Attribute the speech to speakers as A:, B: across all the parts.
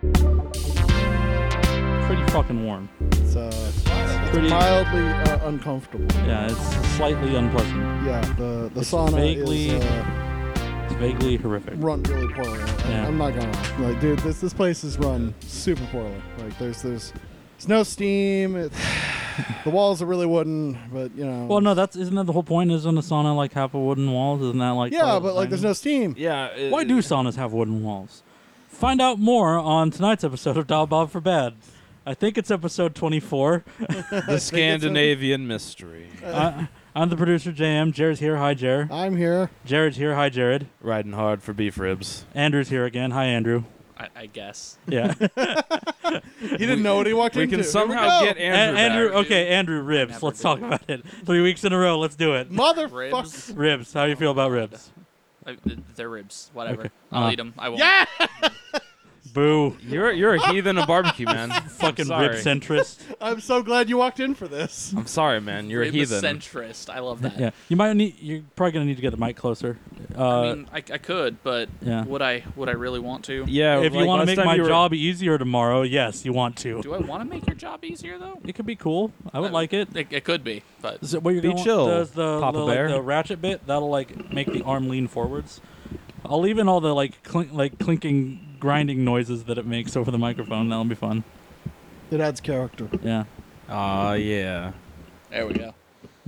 A: pretty.
B: uh, mildly uh, uncomfortable.
A: Yeah, it's slightly unpleasant.
B: Yeah, the the
A: It's
B: sauna
A: vaguely-
B: is uh,
A: It's vaguely horrific.
B: run really poorly. I-
A: Yeah.
B: I'm not gonna lie. like, dude. This this place is run super poorly. Like, there's there's, there's no steam. It's, the walls are really wooden, but you know.
A: Well, no, that's isn't that the whole point? Isn't a sauna like half a wooden walls? Isn't that like
B: yeah,
A: the
B: but like,
A: thing?
B: there's no steam.
C: Yeah. it-
A: Why do saunas have wooden walls? Find out more on tonight's episode of Dial Bob for Bad. I think it's episode 24.
C: the Scandinavian mystery?
B: Uh.
A: I, I'm the producer, JM. Jared's here. Hi, Jared.
B: I'm here.
A: Jared's here. Hi, Jared.
C: Riding hard for beef ribs.
A: Andrew's here again. Hi, Andrew.
D: I, I guess.
A: Yeah.
B: He didn't know what he walked
C: We
B: into.
C: can
B: Here
C: somehow
B: go.
C: get
A: A-
C: Andrew.
A: Andrew,
C: back.
A: okay, Andrew Ribs.
D: Never
A: Let's
D: do.
A: talk about it. Three weeks in a row. Let's do it.
B: motherfucker.
D: Ribs.
A: Ribs. How do you feel about ribs?
D: I, Uh, th- they're ribs. Whatever.
A: Okay.
D: I'll
A: Uh,
D: 'em. eat them. I won't.
C: Yeah.
A: Boo.
C: You're you're a heathen of barbecue, man.
A: Fucking
C: I'm sorry.
A: rib centrist.
B: I'm so glad you walked in for this.
C: I'm sorry, man. You're a
D: Rib
C: heathen.
D: centrist. I love that.
A: yeah. You might need. You're probably gonna need to get the mic closer. Uh,
D: I mean, I, I could, but
A: Yeah.
D: would I? Would I really want to?
C: Yeah.
A: if you
C: like
A: want to
C: last
A: make
C: time
A: my
C: you were-
A: job easier tomorrow, yes, you want to.
D: Do I want to make your job easier though?
A: It could be cool. I would
D: Uh,
A: like it.
D: It, it could be, but
A: Is it what you're
C: Be
A: gonna want-
C: chill,
A: Does the,
C: Papa
A: the, like,
C: Bear.
A: the ratchet bit that'll like make the arm lean forwards? I'll leave in all the like clink, like clinking, grinding noises that it makes over the microphone. That'll be fun.
B: It adds character.
A: Yeah,
C: Aw, yeah.
D: there we go.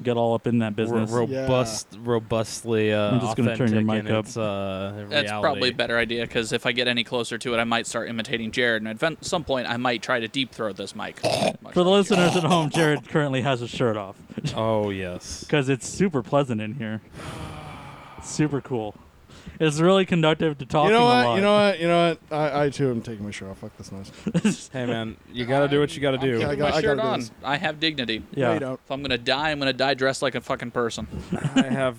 A: get all up in that
C: Ro-
A: business.
C: robust, robustly. Uh,
A: I'm just gonna turn your
C: authentic in
A: mic up.
C: Its, uh,
D: That's
C: reality.
D: probably a better idea because if I get any closer to it, I might start imitating Jared, and at ven- some point, I might try to deep throat this mic. Much
A: For the
D: like Jared.
A: listeners at home, Jared currently has his shirt off
C: Oh yes.
A: because it's super pleasant in here. Super cool. It's really conductive to talking
B: You know
A: a
B: what?
A: lot.
B: You know what? You know what? I, I too am taking my shirt off. Fuck this noise.
C: Hey man, you gotta do what you gotta
D: I'm keeping
C: do.
B: Yeah, I
D: my
B: got- I
D: shirt
B: gotta do
D: on.
B: this.
D: I have dignity.
B: No,
A: yeah.
B: you don't.
D: If I'm gonna die, I'm gonna die dressed like a fucking person.
C: I have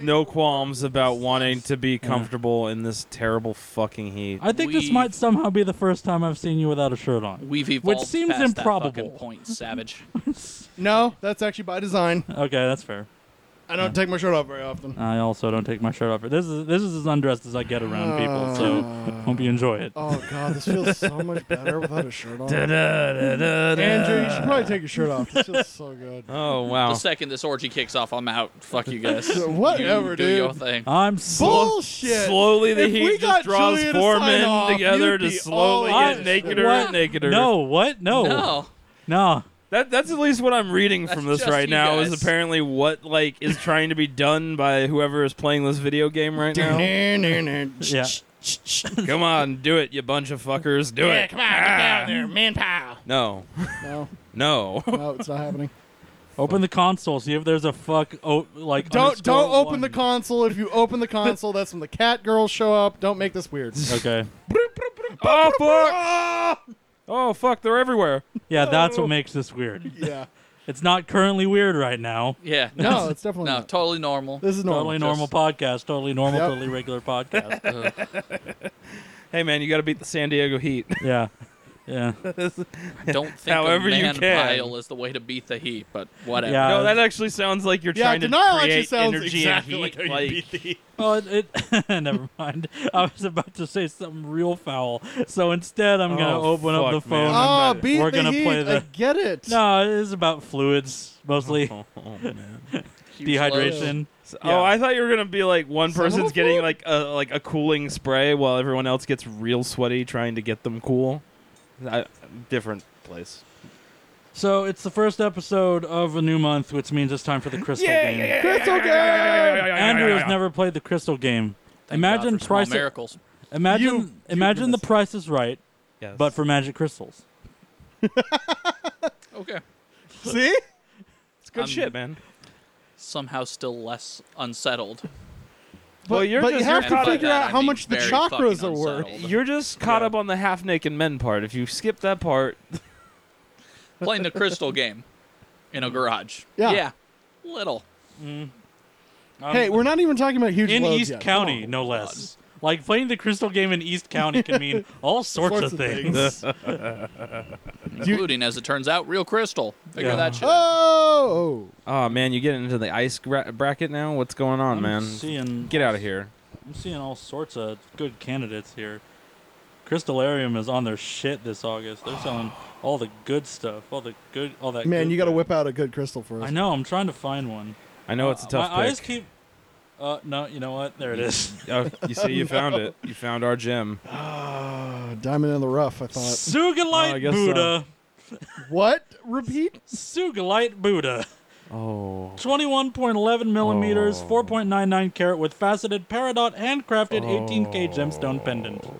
C: no qualms about wanting to be comfortable in this terrible fucking heat.
A: I think this
D: We've-
A: might somehow be the first time I've seen you without a shirt on.
D: We've evolved
A: seems
D: past that
A: improbable.
D: fucking point, savage.
B: No, that's actually by design.
A: Okay, that's fair.
B: I don't take my shirt off very often.
A: I also don't take my shirt off. This is this is as undressed as I get around people. So hope you enjoy it.
B: Uh, Oh god, this feels so much better without a shirt on. Andrew, you should
A: Andrew,
B: probably take your shirt off. This feels so good.
C: Oh
D: The
C: wow.
D: second this orgy kicks off, I'm out. Fuck you guys.
B: So whatever,
D: you do
B: dude.
D: your thing.
A: I'm slow.
B: Bullshit.
C: Slowly the
B: If we
C: heat
B: got
C: just draws
B: Julia to
C: four
B: sign
C: men
B: off,
C: together
B: you'd
C: to
B: be
C: slowly
B: all in.
C: get nakeder
A: What?
C: and nakeder.
A: No, what? No,
D: no,
A: no.
C: That that's at least what I'm reading
D: That's
C: from this
D: just
C: right
D: you
C: now
D: guys.
C: is apparently what like is trying to be done by whoever is playing this video game right now.
A: Yeah,
C: come on, do it, you bunch of fuckers. Do it. Come on, down there, man pal. No.
B: No,
C: No.
B: no, it's not happening.
A: open the console. See if there's a fuck. Oh, like
B: Don't
A: underscore
B: don't open
A: one.
B: the console. If you open the console, that's when the cat girls show up. Don't make this weird.
A: Okay.
C: oh fuck. Oh fuck, they're everywhere.
A: Yeah, that's what makes this weird.
B: Yeah.
A: It's not currently weird right now.
D: yeah,
B: No, it's definitely
D: no,
B: not.
D: totally normal.
B: This is
A: Totally
B: normal.
A: normal podcast. Totally normal.
B: Yep.
A: Totally regular podcast.
C: Hey man, you got to beat the San Diego Heat.
A: yeah, yeah.
D: Don't think
C: However
D: a
C: you
D: man
C: can.
D: pile is the way to beat the heat, but whatever.
A: Yeah.
C: no, that actually sounds like you're
B: Yeah,
C: trying to
B: denial actually
C: create
B: sounds
C: energy
B: exactly
C: and
B: like
C: heat.
B: how you beat
A: Well, it, it never mind. I was about to say something real foul, so instead I'm gonna
C: Oh,
A: open up
C: fuck,
A: the phone.
C: man.
B: Ah,
C: I'm not-
B: beat
A: we're
B: the
A: gonna
B: heat.
A: play the-
B: I get it.
A: No, it's about fluids mostly,
C: oh, oh, man.
D: Huge load.
A: dehydration.
C: So-
A: Yeah.
C: oh, I thought you were gonna be like one
B: Some of
C: person's
B: them-
C: getting like a like a cooling spray while everyone else gets real sweaty trying to get them cool. I, different place.
A: So it's the first episode of a new month, which means it's time for the crystal game.
B: Crystal game.
A: Andrew has never played the crystal game.
D: Thank
A: imagine
D: God for small
A: price.
D: miracles.
A: Imagine
B: You- you
A: imagine the
B: missed.
A: price is right,
C: Yes.
A: but for magic crystals.
D: Okay.
B: See?
C: it's good
D: I'm-
C: shit, man.
D: Somehow still less unsettled.
C: Well,
B: But-
C: you're
B: but
C: just-
B: you have
D: And
B: to
D: by
B: figure
D: that,
B: out
D: I
B: how
D: mean
B: much the
D: very
B: chakras
D: fucking
B: are worth.
D: unsettled.
C: You're just caught
D: Yeah.
C: up on the half naked men part. If you skip that part,
D: playing the crystal game in a garage.
B: Yeah.
D: Yeah. Little.
B: Hey, we're not even talking about huge Oh,
A: in
B: loads
A: East
B: yet.
A: County, no less. Like playing the crystal game in East County can mean all sorts,
B: Sorts
A: of
B: of
A: things.
B: things.
D: Including, as it turns out, real crystal. Figure
A: Yeah.
D: that shit. out.
B: Oh.
C: oh man, you get into the ice gra- bracket now. What's going on,
A: I'm
C: man?
A: seeing
C: Get out of here.
A: I'm seeing all sorts of good candidates here. Crystalarium is on their shit this August. They're selling all the good stuff, all the good, all that.
B: Man,
A: good
B: you got to
A: crap.
B: whip out a good crystal for us.
A: I know. I'm trying to find one.
C: I know it's a tough
A: My eyes
C: pick.
A: keep. Uh, no, you know what? There it is.
C: Oh, you see, you found it. You found our gem.
B: Ah, diamond in the rough. I thought.
A: Sugalite
C: Oh, I guess so.
A: Buddha.
B: what? Repeat.
A: Sugalite Buddha.
C: Oh.
A: 21.11 millimeters,
C: Oh.
A: 4.99 carat with faceted peridot, handcrafted 18k gemstone pendant.
C: Oh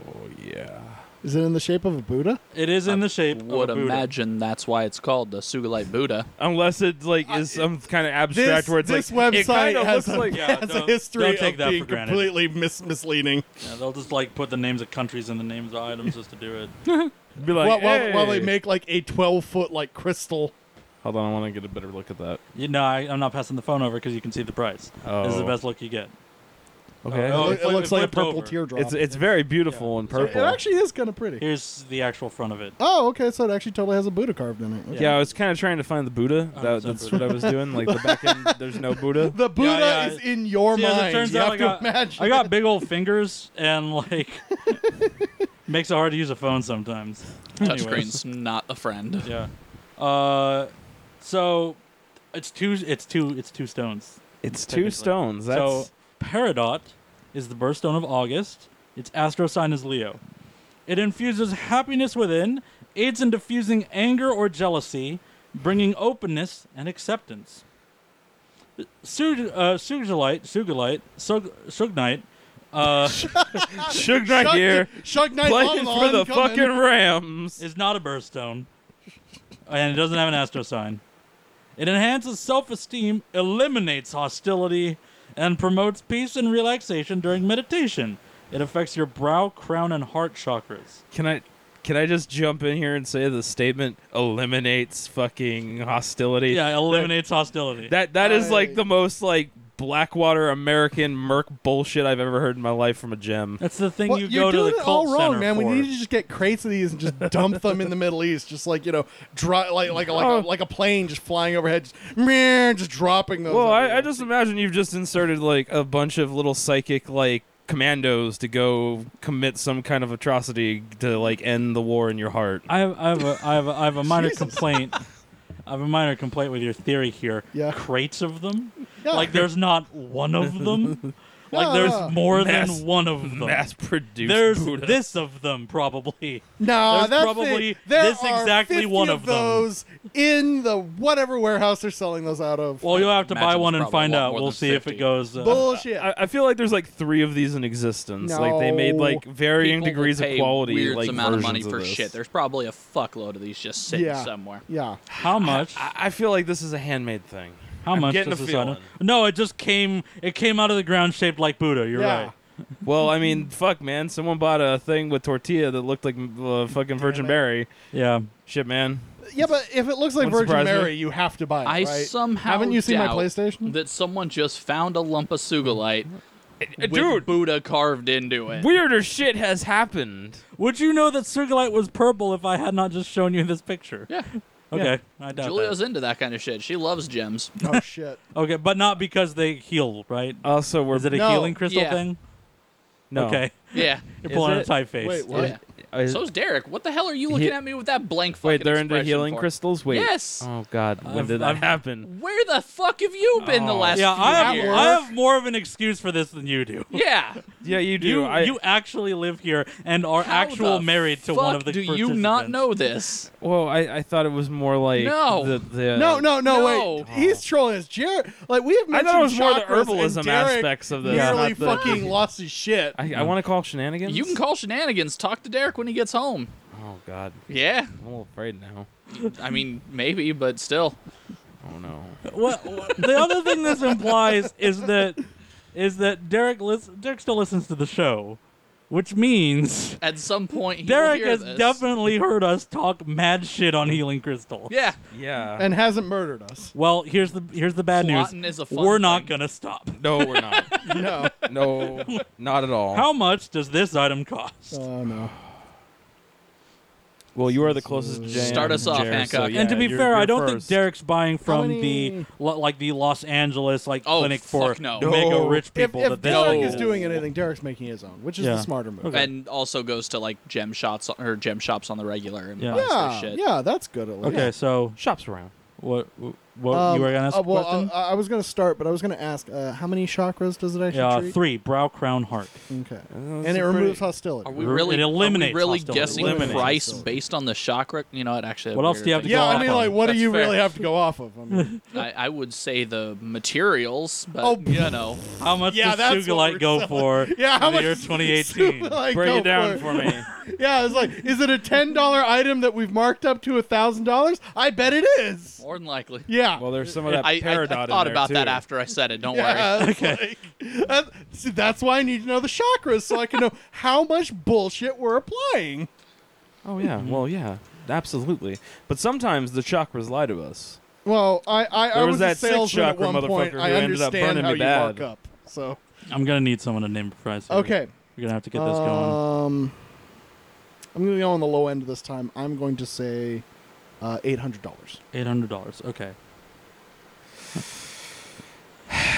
C: yeah.
B: Is it in the shape of a Buddha?
A: It is in the shape
D: Would
A: of a Buddha.
D: imagine that's why it's called the Sugalite Buddha.
C: Unless it's like is some kind of abstract
B: This,
C: where it's
B: this
C: like it
B: website
C: kinda
B: has,
C: looks
B: a,
C: like
A: Yeah,
B: has a
A: don't-
B: history
A: don't take
B: of
A: that
B: being
A: for granted.
B: completely mis- misleading.
A: Yeah, they'll just like put the names of countries and the names of items just to do it.
C: be
B: while,
C: like
B: while, while they
C: "Hey."
B: make like a 12 foot like crystal.
C: Hold on, I want to get a better look at that.
A: You know, I, I'm not passing the phone over because you can see the price. This is the
C: Oh.
A: best look you get.
C: Okay.
A: Oh,
B: it,
A: it flipped-
B: looks
A: it
B: like a
A: flipped
B: purple
A: over.
B: teardrop.
C: it's it's very beautiful and
B: So
C: purple.
B: It actually is kind of pretty.
A: Here's the actual front of it.
B: Oh, okay. So it actually totally has a Buddha carved in it. Okay.
C: yeah. I was kind of trying to find the Buddha.
A: Oh,
C: That,
A: it's not
C: that's
A: Buddha.
C: what I was doing. Like the back end, there's no Buddha.
B: The Buddha
A: yeah,
B: is in your
A: See, as
B: mind.
A: it turns
B: you
A: out,
B: have
A: I
B: to
A: got-
B: imagine.
A: I got big old fingers and like makes it hard to use a phone sometimes. Anyways.
D: Touchscreen's not a friend.
A: Yeah. Uh, so it's two. It's two. It's two stones.
C: It's
A: Technically.
C: two stones. That's
A: So Peridot is the birthstone of August. Its astro sign is Leo. It infuses happiness within, aids in diffusing anger or jealousy, bringing openness and acceptance. Sug- uh, Sugalite, Sugalite, Sug- Sugnite, uh,
C: Suge Knight here
B: Shug Knight
C: playing
B: Online
C: for the
B: coming.
C: fucking Rams.
A: is not a birthstone, and it doesn't have an astro sign. It enhances self-esteem, eliminates hostility, and promotes peace and relaxation during meditation. It affects your brow, crown, and heart chakras.
C: Can I can I just jump in here and say the statement eliminates fucking hostility?
A: Yeah, it eliminates hostility.
C: That that is
B: I-
C: like the most like Blackwater American Merc bullshit I've ever heard in my life from a gem.
A: That's the thing
B: Well,
A: you
B: you're
A: go to
B: doing
A: the
B: it
A: cult
B: all wrong,
A: center
B: man.
A: for.
B: We need to just get crates of these and just dump them in the Middle East, just like you know, dry, like like like,
C: Oh.
B: a, like a plane just flying overhead, just, meh, just dropping those.
C: Well, I,
B: everywhere.
C: I just imagine you've just inserted like a bunch of little psychic like commandos to go commit some kind of atrocity to like end the war in your heart.
A: I have, I have a, I have a, I have a minor complaint. I have a minor complaint with your theory here.
B: Yeah.
A: Crates of them?
B: Yeah.
A: Like there's not one of them? like
B: Yeah, yeah.
A: there's more
C: Mass-
A: than one of them.
C: Mass produced
A: There's
C: Buddha.
A: this of them probably.
B: No,
A: There's
B: that
A: probably
B: thing, there
A: this
B: are
A: exactly
B: 50
A: one
B: of
A: of them.
B: those in the whatever warehouse they're selling those out of.
A: Well, you'll have to buy
D: Imagine
A: one and
D: probably a
A: find
D: lot
A: out.
D: more
A: We'll
D: than
A: see if it
D: 50.
A: goes. Uh,
B: Bullshit.
C: I, I feel like there's like three of these in existence. Like they made like
B: No.
C: varying
D: People will
C: degrees of
D: pay
C: quality,
D: weird
C: like
D: amount of money
C: versions
D: for
C: this.
D: shit. There's probably a fuckload of these just sitting
B: Yeah.
D: somewhere.
B: yeah.
A: how much?
C: I, I feel like this is a handmade thing.
A: How
C: I'm
A: much
C: getting
A: does
C: a
A: this item?
C: feeling.
A: No, it just came. It came out of the ground shaped like Buddha. You're
B: Yeah.
A: right.
C: Well, I mean, fuck, man. Someone bought a thing with tortilla that looked like uh, fucking Virgin
B: it.
C: Mary.
A: Yeah.
C: Shit, man.
B: Yeah, but if it looks like
C: Wouldn't
B: Virgin
C: surprise me.
B: Mary, you have to buy it.
D: I
B: right?
D: somehow
B: haven't you seen my
D: doubt
B: PlayStation?
D: that someone just found a lump of sugalite with
C: Eh, dude.
D: Buddha carved into it.
C: Weirder shit has happened.
A: Would you know that Sugalite was purple if I had not just shown you this picture?
D: yeah,
A: Okay, I doubt
D: Julia's
A: that.
D: into that kind of shit. She loves gems.
B: oh shit.
A: Okay, but not because they heal, right?
C: Also, we're
A: Is it a
B: No.
A: healing crystal
D: Yeah.
A: thing?
C: Uh, no.
A: Okay,
D: Yeah.
A: you're
C: Is
A: pulling
C: it?
A: a typeface.
B: Wait, what?
D: yeah.
C: Is-
D: So's Derek. What the hell are you looking
C: He-
D: at me with that blank fucking
C: wait, they're into
D: expression
C: healing
D: for?
C: crystals. Wait.
D: Yes.
C: Oh God, when
A: I've-
C: did that
A: I've-
C: happen?
D: Where the fuck have you been the
C: Oh.
D: last
A: Yeah,
D: few
A: I have,
D: years?
A: I have more of an excuse for this than you do.
D: Yeah.
C: Yeah, you do.
A: You
C: I,
A: you actually live here and are
D: How
A: actual
D: the
A: married to one
D: fuck
A: of the
D: Do you not
A: participants.
D: know this?
C: well, I, I thought it was more like
D: No.
C: The, the
B: No, no, no,
D: No.
B: wait. He's trolling us. Jared, like we have
C: I
B: mentioned
C: thought it was more the
B: chakras and
C: herbalism
B: Derek
C: aspects of this.
B: Nearly
C: not the-
B: fucking lost his shit.
C: I, I want to call shenanigans.
D: You can call shenanigans. Talk to Derek when he gets home.
C: Oh God,
D: Yeah.
C: I'm a little afraid now.
D: I mean, maybe, but still.
C: Oh no.
A: What, what- the other thing this implies is that is that Derek lis- Derek still listens to the show, which means
D: At some point, he will
A: Derek
D: hear
A: has
D: this.
A: definitely heard us talk mad shit on Healing Crystal.
D: Yeah.
C: Yeah.
B: and hasn't murdered us.
A: Well, here's the here's the bad
D: Plotting
A: news.
D: is a fun
A: We're not
D: thing.
A: gonna stop.
C: no, we're not.
B: No.
C: No, not at all.
A: Oh, How much does this item cost?
B: Oh no.
C: Well, you are the closest. to Jan,
D: Start us off,
C: Jer, so
D: Hancock.
C: yeah,
A: and to be
C: you're-
A: fair,
C: you're
A: I don't
C: first.
A: think Derek's buying from
B: many-
A: the lo- like the Los Angeles like
D: Oh,
A: clinic for
D: fuck no.
A: mega
C: No.
A: rich people.
B: if, if
A: that they
B: Derek
D: No.
B: is doing anything, Derek's making his own, which is
A: Yeah.
B: the smarter move.
A: Okay.
D: and also goes to like gem shots or gem shops on the regular and
A: Yeah.
D: buys their
B: Yeah,
D: shit.
B: yeah, that's good. At least.
A: okay, so
C: Shops around.
A: what what
B: Um,
A: you were gonna ask
B: uh,
A: a
B: well,
A: question?
B: I, I was going to start, but I was going to ask uh, how many chakras does it actually
A: yeah,
B: treat?
A: three brow, crown, heart.
B: Okay,
C: And
B: and it removes hostility.
D: Are we
A: It
D: really?
A: eliminates
D: are we really
A: hostility.
D: guessing
B: Eliminates
D: price
B: hostility.
D: based on the chakra? You know, I'd actually. have
A: What else
D: weird
A: do you have to
D: things.
B: yeah, I
A: off
B: mean,
A: on.
B: like, what do
D: That's
B: you
D: fair.
B: really have to go off of? I mean,
D: I, I would say the materials, but
B: Oh,
D: you know,
A: How much
B: Yeah, that's
A: does Sugalite
B: what we're
A: go for
B: yeah, how
A: in the
B: much?
A: year 2018?
B: Like,
C: Break
B: go
C: it down
B: it.
C: for me.
B: Yeah, it's like, is it a ten dollar item that we've marked up to a thousand dollars? I bet it is.
D: more than likely.
B: Yeah.
C: Well, there's some of that
D: I, I, I
C: peridot in
D: thought
C: there,
D: about that
C: too.
D: after I said it. Don't worry.
B: yeah, okay. see, that's why I need to know the chakras so I can know how much bullshit we're applying.
C: Oh yeah, well yeah, absolutely. But sometimes the chakras lie to us.
B: Well, I I, I
C: There was
B: was,
C: that
B: a
C: sixth
B: salesman at
C: chakra
B: one point.
C: motherfucker
B: I
C: who ended up
B: understand
C: burning
B: how
C: me
B: you
C: bad.
B: mark up. So
A: I'm gonna need someone to name a price. here.
B: okay,
A: we're gonna have to get this going.
B: um, I'm gonna go on the low end this time. I'm going to say uh, eight hundred dollars.
A: Eight hundred dollars. Okay.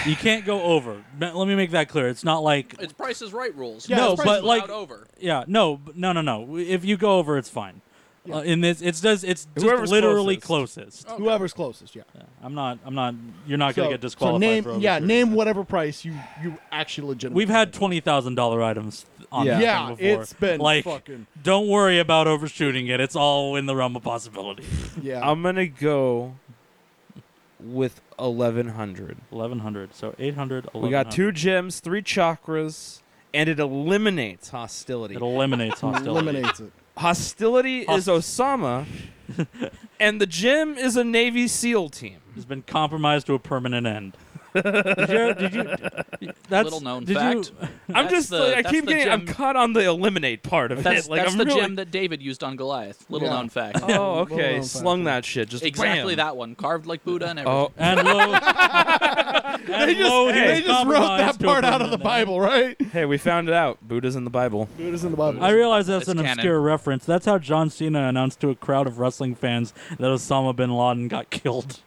A: you can't go over. Ma- Let me make that clear. It's not like
D: It's Price is Right rules.
B: Yeah,
A: no,
B: it's
D: Price
A: but
D: is
A: like
D: out over.
A: yeah, no, b- no, no, no. W- If you go over, it's fine. Uh, in this, it's does it's just
C: Whoever's
A: literally
C: closest.
A: closest.
D: Okay.
B: Whoever's closest, yeah.
A: Yeah, I'm not. I'm not. You're not gonna
B: So-
A: get disqualified.
B: So name,
A: for over
B: yeah,
A: three.
B: name whatever price you you actually legitimately.
A: We've had twenty thousand dollar items th- on
B: Yeah,
A: this
B: yeah
A: thing before.
B: it's been
A: like.
B: fucking
A: Don't worry about overshooting it. It's all in the realm of possibility.
B: yeah.
C: I'm gonna go with eleven hundred.
A: Eleven hundred. So eight hundred.
C: We got two gems, three chakras, and it eliminates hostility.
A: It eliminates hostility.
B: eliminates it.
C: hostility is
A: Host-
C: Osama, and the gem is a Navy SEAL team.
A: has been compromised to a permanent end. did you? Did you that's,
D: Little known
A: did
D: fact.
A: You,
C: I'm
D: That's
C: just
D: the-
C: like,
D: that's
C: I keep
D: the
C: getting I'm
D: gem-
C: caught on the eliminate part of
D: That's,
C: it. Like
D: that's
C: I'm
D: the
C: really
D: gem that David used on Goliath. Little
B: Yeah.
D: known fact.
C: Oh,
B: Well,
C: okay.
B: well,
C: Slung
B: fact.
C: that shit. Just
D: exactly
C: bam.
D: that one, carved like Buddha and everything.
C: Oh,
A: and lo, and lo,
B: They just,
A: he was
B: they just wrote
A: compromised
B: that
A: to a
B: part out
A: permanent
B: of the
A: end.
B: Bible, right?
C: hey, we found it out. Buddha's in the Bible.
B: Dude is in the Bible.
A: I realize that's
D: It's
A: an
D: canon.
A: obscure reference. That's how John Cena announced to a crowd of wrestling fans that Osama bin Laden got killed.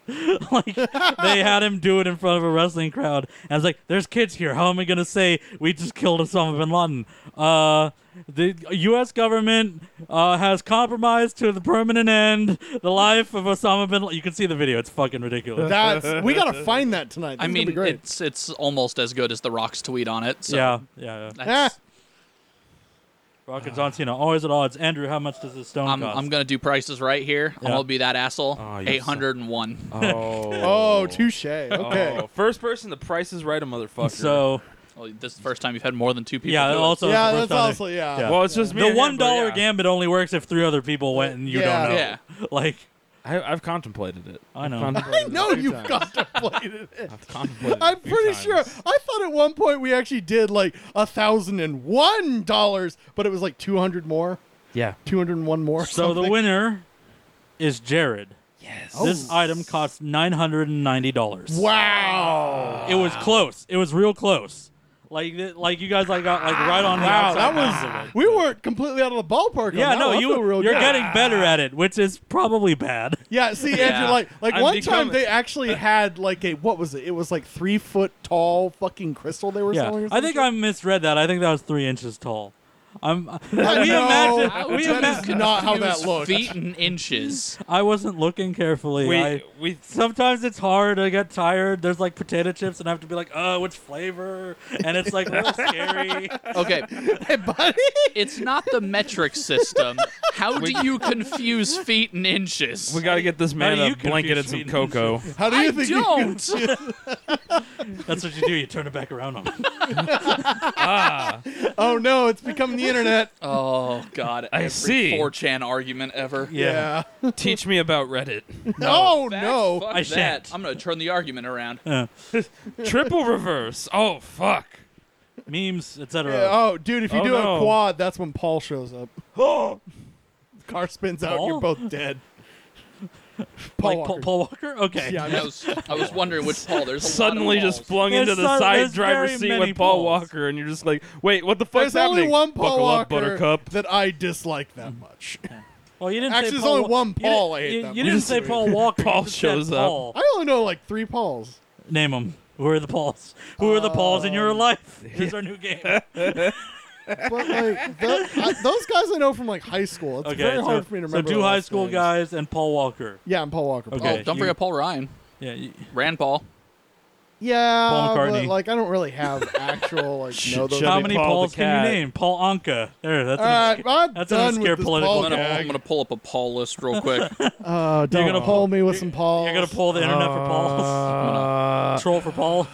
A: like they had him do it in front of a wrestling crowd. And I was like, "There's kids here. How am I gonna say we just killed Osama bin Laden?" Uh, the U.S. government uh, has compromised to the permanent end the life of Osama bin. Laden. You can see the video. It's fucking ridiculous.
B: That's we gotta find that tonight. This
D: I
B: is gonna be
D: mean,
B: great.
D: it's it's almost as good as the Rock's tweet on it. So
A: yeah, yeah, yeah.
D: that's-
A: Rock and John Cena always at odds. Andrew, how much does this stone
D: I'm,
A: cost?
D: I'm gonna do prices right here. I'm
A: Yeah.
D: gonna be that asshole.
C: Oh, you're so-
D: Eight hundred and one.
C: Oh.
B: oh, touche. Okay.
C: Oh, first person, the price is right, a motherfucker.
A: so
D: Well, this is the first time you've had more than two people.
A: yeah,
D: do it.
A: also
B: yeah,
A: it's the first
B: that's
A: time they-
B: also yeah.
A: yeah.
C: well, it's just me.
A: the
C: and
A: one
C: him, but
A: dollar
C: yeah.
A: gambit only works if three other people went and you
B: Yeah.
A: don't know.
D: Yeah.
A: Like
C: I, I've contemplated it.
A: I know.
C: I've
B: I
C: contemplated,
B: know Two you've times.
C: contemplated it. I've contemplated it
B: I'm
C: a few
B: pretty
C: times.
B: sure. I thought at one point we actually did like a thousand and one dollars, but it was like two hundred more,
C: Yeah.
B: two hundred and one more. or
A: so the
B: something. Oh.
A: winner is Jared.
C: Yes.
A: This item cost nine hundred and ninety dollars.
B: Wow.
A: It was close. It was real close. Like th- like you guys like got like right on the
B: Wow,
A: outside
B: that
A: bounds of
B: was
A: it.
B: we weren't completely out of the ballpark.
A: yeah,
B: on that
A: no,
B: one. I
A: you
B: feel real
A: you're
B: good. Ah.
A: getting better at it, which is probably bad.
B: Yeah, see,
D: Yeah.
B: Andrew, like, like
C: I'm
B: one time
C: becoming-
B: they actually had like a what was it? It was like three foot tall fucking crystal they were selling.
A: Yeah,
B: or
A: I think
B: something.
A: I misread that. I think that was three inches tall. I'm. we
B: know.
D: Uh,
A: imagine. We
B: That is
A: imagine.
B: not how
D: Use
B: that looked.
D: Feet and inches.
A: I wasn't looking carefully.
C: we
A: I,
C: we
A: sometimes it's hard. I get tired. There's like potato chips, and I have to be like, "Oh, which flavor?" And it's like real scary.
D: Okay,
B: Hey, buddy.
D: it's not the metric system. How do you confuse feet and inches?
C: we got to get this man
A: do you
C: a blanket and
A: confuse
C: some
A: me?
C: cocoa.
B: How do you
D: I
B: think? you-
D: don't.
A: That's what you do. You turn it back around on. them.
D: Ah.
B: oh no, it's become the internet.
D: oh God!
C: I
D: every
C: see.
D: 4chan argument ever.
B: Yeah.
C: Teach me about Reddit.
B: No,
D: Fact,
B: Oh, no.
D: fuck
A: I
D: that.
A: shan't.
D: I'm gonna turn the argument around.
C: Triple reverse. Oh fuck.
A: memes, etc.
B: Yeah, Oh, dude, if you
C: Oh,
B: do
C: no.
B: a quad, that's when Paul shows up. Car spins out, and you're
A: Paul?
B: both dead.
A: like
B: Paul
A: Paul,
B: Walker.
A: Paul Walker. Okay.
B: Yeah,
D: I was, I was wondering which Paul. There's a lot of
C: Suddenly just
D: Pauls.
C: flung into
A: There's
C: the
A: so-
C: side
A: there's
C: driver's
A: very
C: seat
A: many
C: with Paul
A: Pauls.
C: Walker, and you're just like, wait, what the fuck's
B: There's only
C: happening?
B: one Paul
C: Buckle
B: Walker
C: up, Buttercup.
B: that I dislike that much.
A: Well, you didn't
B: Actually,
A: say
B: there's
A: Paul
B: only
A: Wa-
B: one
A: you didn't-
B: Paul I hate
A: You,
B: that
A: you
B: much.
A: didn't say Paul Walker.
C: Paul
A: you just said
C: shows up.
A: Paul.
B: I only know like three Pauls.
A: Name them. Who are the Pauls? Who are the Pauls in
B: Um,
A: your life? Here's our new game.
B: But like tho- I, those guys I know from like high school. It's
A: Okay,
B: very
A: so,
B: hard for me to
A: so
B: remember.
A: two
B: their
A: high
B: last
A: school
B: names.
A: guys and Paul Walker.
B: Yeah, and Paul Walker.
A: Okay.
D: oh, don't
A: you-
D: forget Paul Ryan.
A: Yeah, you,
D: Rand Paul.
B: Yeah,
A: Paul McCartney.
B: But, like I don't really have actual like know
A: how
B: those.
C: Should be
B: names.
A: many
C: Paul the
A: Pauls can you
C: cat.
A: name? Paul Anka. There, that's
B: All
A: an
B: right,
A: escape.
B: I'm
A: That's an
B: done
A: obscure
B: with this
A: political
B: Paul
D: I'm gonna, I'm
B: gag.
D: gonna pull up a Paul list real quick.
B: Uh, don't
A: gonna
B: pull
A: pull-
B: me with some Pauls.
A: You're gonna pull the internet for Pauls.
C: Uh,
A: Troll for Pauls.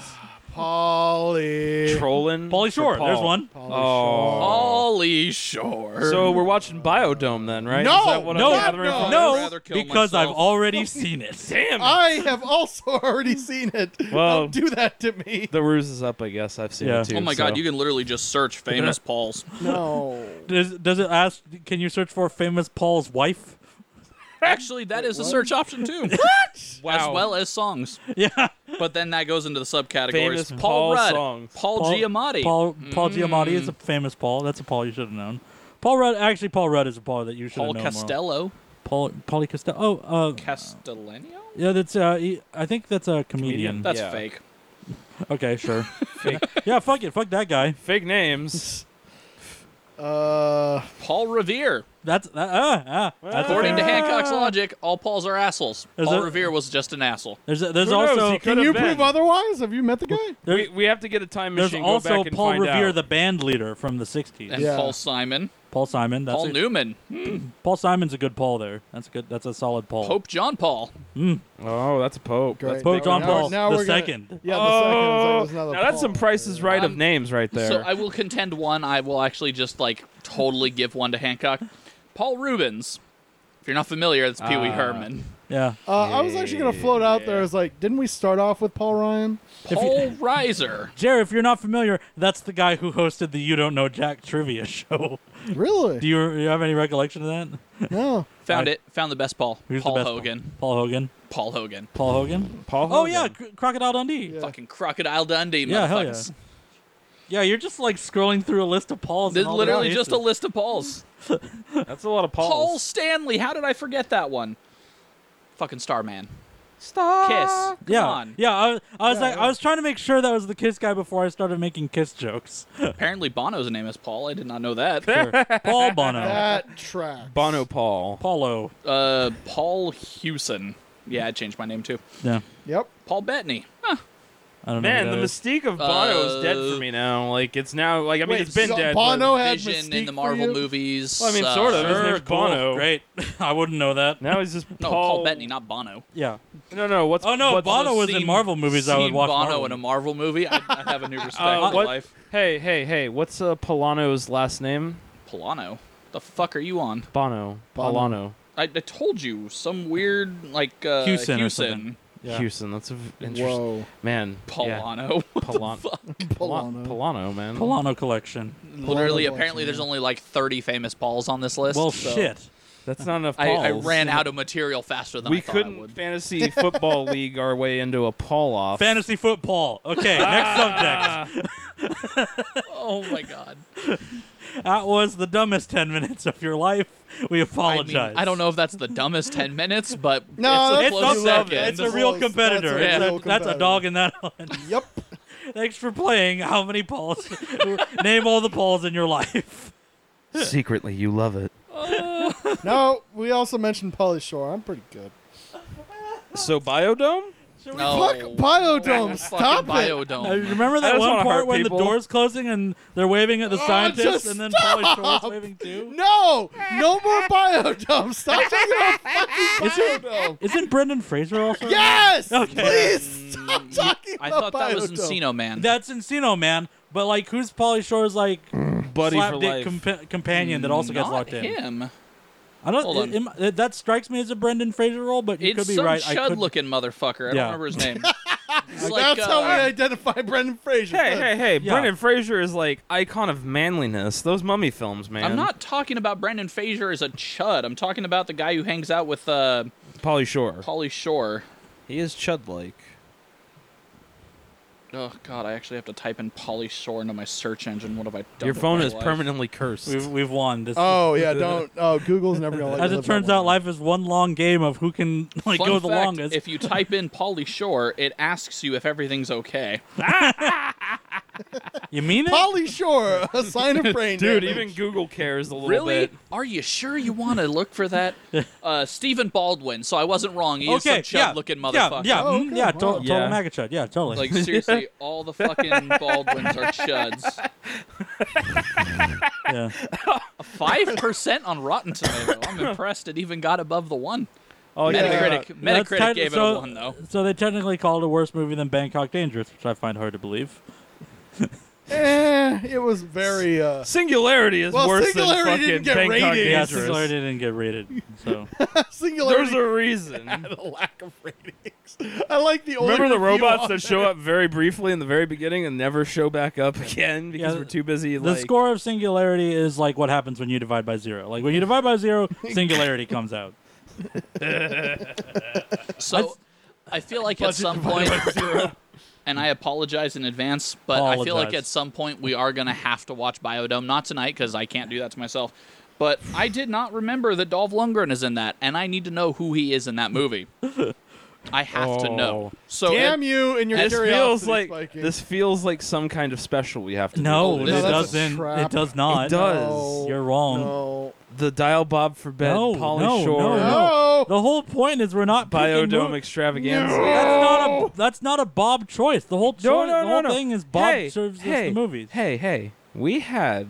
B: Paulie.
C: trolling.
A: Paulie
C: for
A: Shore.
C: Paul.
A: There's one.
B: Paulie Shore.
C: Oh.
D: Ollie Shore.
C: So we're watching Biodome then, right?
B: No!
C: Is that what
A: No,
C: I'm
B: God,
C: gathering
B: no.
C: from
A: no,
C: this?
D: I'd rather kill
A: because I've
D: myself.
A: already seen it.
C: Damn. it.
B: I have also already seen it.
C: Well-
B: don't do that to me.
C: the ruse is up, I guess. I've seen
A: Yeah.
C: it too.
D: oh my
C: so-
D: god, you can literally just search famous Pauls.
B: No.
A: Does, does it ask? Can you search for famous Paul's wife?
D: Actually, that is a search option too. As
C: Wow.
D: well as songs.
A: Yeah.
D: But then that goes into the subcategories.
C: Famous
D: Paul,
C: Paul
D: Rudd,
C: songs.
D: Paul, Giamatti.
A: Paul Paul
C: Hmm.
A: Giamatti is a famous Paul. That's a Paul you should have known. Paul Rudd, actually, Paul Rudd is a Paul that you should
D: Paul
A: have known. more.
D: Costello.
A: Paul Paulie Costello. Oh, uh,
D: Castellano?
A: yeah, that's. Uh, he, I think that's a comedian.
D: That's
C: Yeah.
D: fake.
A: okay, sure. yeah, fuck it, fuck that guy.
C: Fake names.
B: Uh,
D: Paul Revere.
A: That's that, ah ah. That's a
D: According to
A: famous-
D: Hancock's logic, all Pauls are assholes.
A: Is
D: Paul
A: it-
D: Revere was just an asshole.
A: There's a, there's
C: Who knows?
A: also
C: He could
B: can
C: have
B: you
C: been.
B: prove otherwise? Have you met the guy?
A: there's,
C: we, we have to get a time
A: there's
C: machine. go
A: also
C: back and
A: Paul
C: find
A: Revere,
C: out.
A: the band leader from the '60s.
D: And
B: Yeah.
D: Paul Simon.
A: Paul Simon. That's
D: Paul
A: a,
D: Newman.
A: Paul Simon's a good Paul there. That's a good. That's a solid Paul.
D: Pope John Paul.
C: Oh, that's a pope.
B: Great.
A: Pope John
B: Now-
A: Paul
B: now
A: the
B: we're gonna-
A: second.
B: Yeah, the
C: oh,
B: second. is like- is another
C: now that's
B: Paul.
C: some prices right of
D: I'm-
C: names right there.
D: So I will contend one. I will actually just like totally give one to Hancock. Paul Rubens. If you're not familiar, that's Pee Wee
C: Ah.
D: Herman.
A: Yeah.
B: Uh, I was actually gonna float out there. I was like, didn't we start off with Paul Ryan?
D: Paul Reiser.
A: Jared, if you're not familiar, that's the guy who hosted the You Don't Know Jack trivia show.
B: Really?
A: Do you, you have any recollection of that?
B: no.
D: Found
A: I-
D: it. Found the best Paul.
A: Who's
D: Paul
A: the best
D: Hogan.
A: Paul Hogan.
D: Paul Hogan.
A: Paul Hogan.
C: Paul.
A: Oh
C: Hogan.
A: yeah, Cro- Crocodile Dundee.
B: Yeah.
D: Fucking Crocodile Dundee,
A: Yeah, hell yeah.
D: motherfuckers.
A: Yeah, you're just like scrolling through a list of Pauls.
D: This is
A: and all the
D: literally just a
A: places.
D: list of Pauls.
C: that's a lot of Pauls.
D: Paul Stanley. How did I forget that one? Fucking Starman.
C: Stop.
D: Kiss.
B: Uh,
D: Come
A: Yeah,
D: on.
A: yeah. I, I was
B: Yeah,
A: like,
B: yeah.
A: I was trying to make sure that was the Kiss guy before I started making Kiss jokes.
D: Apparently Bono's name is Paul. I did not know that.
A: Paul Bono,
B: That track.
C: Bono Paul.
A: Paulo.
D: Uh, Paul Hewson. Yeah, I changed my name too.
A: Yeah,
B: Yep.
D: Paul Bettany.
A: I don't know.
C: Man,
A: who
C: the
A: that is.
C: mystique of Bono is dead
D: Uh,
C: for me now. Like it's now like I mean
B: Wait,
C: it's been
B: so
C: dead.
B: Bono
C: but
B: had
D: Vision
B: Mystique
D: in
B: for
D: the Marvel
B: you?
D: movies.
C: Well, I mean,
D: uh,
C: sort of. His
A: Sure,
C: name's
A: cool,
C: Bono.
A: Great. I wouldn't know that.
C: now he's just
D: No, Paul,
C: Paul
D: Bettany, not Bono.
A: Yeah.
C: No, no. What's
A: Oh no,
C: what's
A: Bono was
D: Seen-
A: in Marvel movies. I would
D: seen
A: watch
D: Bono
A: Marvel
D: in a Marvel movie. I, I have a new respect
C: Uh,
D: for
C: what-
D: life.
C: Hey, hey, hey! What's uh, Polano's last name?
D: Polano, the fuck are you on?
C: Bono.
B: Bono.
C: Polano.
D: I, I told you some weird like uh,
A: Hewson or
D: Hewson.
A: something. Yeah.
C: Houston. That's a v- interesting
B: Whoa.
C: man. Yeah.
D: Polano.
C: Polano. Polano.
B: Polano.
C: Polano, man.
A: Polano collection.
D: Literally,
B: Polano
D: apparently,
B: collection,
D: there's only like 30 famous Pauls on this list.
A: Well,
D: so
A: shit.
C: That's not enough.
D: I, I
C: Pauls.
D: ran out of material faster than
C: We
D: I thought I
C: couldn't
D: would.
C: fantasy football league our way into a Paul off.
A: Fantasy football. Okay, next subject.
D: Oh my god.
A: That was the dumbest 10 minutes of your life. We
D: I, mean,
A: apologize.
D: I don't know if that's the dumbest 10 minutes, but
B: No,
D: it's a
B: that's-
A: It's,
D: close
A: not
B: You
A: that-
B: love
D: second.
B: it.
A: it's a
B: That's
A: real
B: close.
A: competitor.
D: That's a
A: It's a-
B: real
A: that's a
B: competitor.
A: dog in that one.
B: Yep.
A: Thanks for playing. How many Pauls? Name all the Pauls in your life.
C: Secretly, you love it.
B: no, we also mentioned Polly Shore. I'm pretty good.
C: So Biodome.
D: No.
B: Fuck Biodome.
D: Oh. Fucking
B: Stop it.
A: Uh,
D: Biodome.
A: remember
C: I
A: that
C: just
A: one
C: wanna
A: part
C: hurt
A: when
C: people.
A: the door's closing and they're waving at the
B: Oh,
A: scientists
B: just
A: and then Polly Shore's
B: stop.
A: waving too?
B: No, no more Biodome. Stop talking about fucking
A: Is it-
B: Biodome.
A: Isn't Brendan Fraser also?
B: Yes.
A: Okay.
B: Please stop talking
D: I
B: about
D: thought that was
B: Biodome.
D: Encino Man.
A: That's Encino, man. But like, who's Polly Shore's like
C: buddy
A: slap
C: for
A: dick
C: life.
A: compa- companion that also gets
D: Mm. Not
A: locked in?
D: him.
A: I don't.
D: Hold
A: it-
D: on.
A: am- it- that strikes me as a Brendan Fraser role, but you
D: It's
A: could be
D: some
A: right. I could,
D: chud-looking motherfucker. I
A: Yeah.
D: don't remember his name. It's like,
B: That's how we
D: uh,
B: identify Brendan Fraser.
C: hey,
B: Good.
C: hey, hey!
A: Yeah.
C: Brendan Fraser is like icon of manliness. Those mummy films, man.
D: I'm not talking about Brandon Fraser as a chud. I'm talking about the guy who hangs out with uh,
C: Polly Shore.
D: Polly Shore.
C: He is chud like.
D: Oh God, I actually have to type in Polly Shore into my search engine. What have I done?
C: Your
D: with
C: phone
D: my
C: is
D: life?
C: permanently cursed.
A: We've we've won this.
B: Oh yeah, don't. Oh, Google's never gonna let.
A: As
B: you
A: it
B: live
A: turns
B: that
A: out,
B: long.
A: life is one long game of who can like
D: Fun
A: go the
D: fact,
A: longest.
D: If you type in Polly Shore, it asks you if everything's okay.
A: you mean it?
B: Polly Shore, a sign of brain
C: Dude,
B: damage.
C: even Google cares a little
D: Really?
C: bit.
D: Are you sure you want to look for that? Uh, Stephen Baldwin. So I wasn't wrong. He is
A: okay.
D: some
A: yeah.
D: chub-looking
A: yeah.
D: motherfucker.
A: Yeah.
B: Oh,
A: mm,
B: okay,
A: Yeah.
B: wow.
A: To- Total
C: Yeah.
A: mega chud. Yeah. Totally.
D: Like seriously, all the fucking Baldwins are chuds.
A: yeah.
D: Five percent on Rotten Tomato. I'm impressed. It even got above the one.
C: Oh yeah.
D: Metacritic.
A: That's
D: Metacritic
A: kind-
D: gave it
A: so-
D: a one though.
A: So they technically called it a worse movie than Bangkok Dangerous, which I find hard to believe.
B: Eh, it was very. Uh,
C: Singularity is
B: Well,
C: worse
B: Singularity
C: than fucking
B: didn't get
C: Bangkok
B: ratings.
A: Yeah,
B: Yes,
C: Dangerous.
A: Singularity didn't get rated. So
B: singularity
C: There's a reason.
B: had a lack of ratings. I like the only
C: Remember the
B: review
C: robots
B: on
C: that show up very briefly in the very beginning and never show back up again because
A: Yeah,
C: we're too busy.
A: the
C: like,
A: score of Singularity is like what happens when you divide by zero. Like when you divide by zero, Singularity comes out.
D: So I feel like at some point, and I apologize in advance, but I feel like
A: Apologize.
D: at some point we are going to have to watch Biodome. Not tonight because I can't do that to myself. But I did not remember that Dolph Lundgren is in that, and I need to know who he is in that movie. I have to
C: Oh.
D: know. So
B: Damn
D: it-
B: you and your
C: This feels
B: curiosity
C: like
B: spiking.
C: this feels like some kind of special we have to.
A: No,
C: do.
A: it
D: this is a
A: doesn't.
B: trap.
A: It does not.
C: It does.
B: No,
A: You're wrong.
B: No.
C: the dial bob for bed,
A: No,
C: Polly
A: no,
C: Shore,
A: no, no.
B: No.
A: The whole point is we're not picking
C: Biodome
A: mo-
C: extravaganza.
A: That's not a that's not a Bob choice. The whole
C: No,
A: choi-
C: no,
A: the
C: no,
A: whole
C: no.
A: thing is Bob
C: hey,
A: serves us
C: hey,
A: the movies.
C: Hey, hey, we had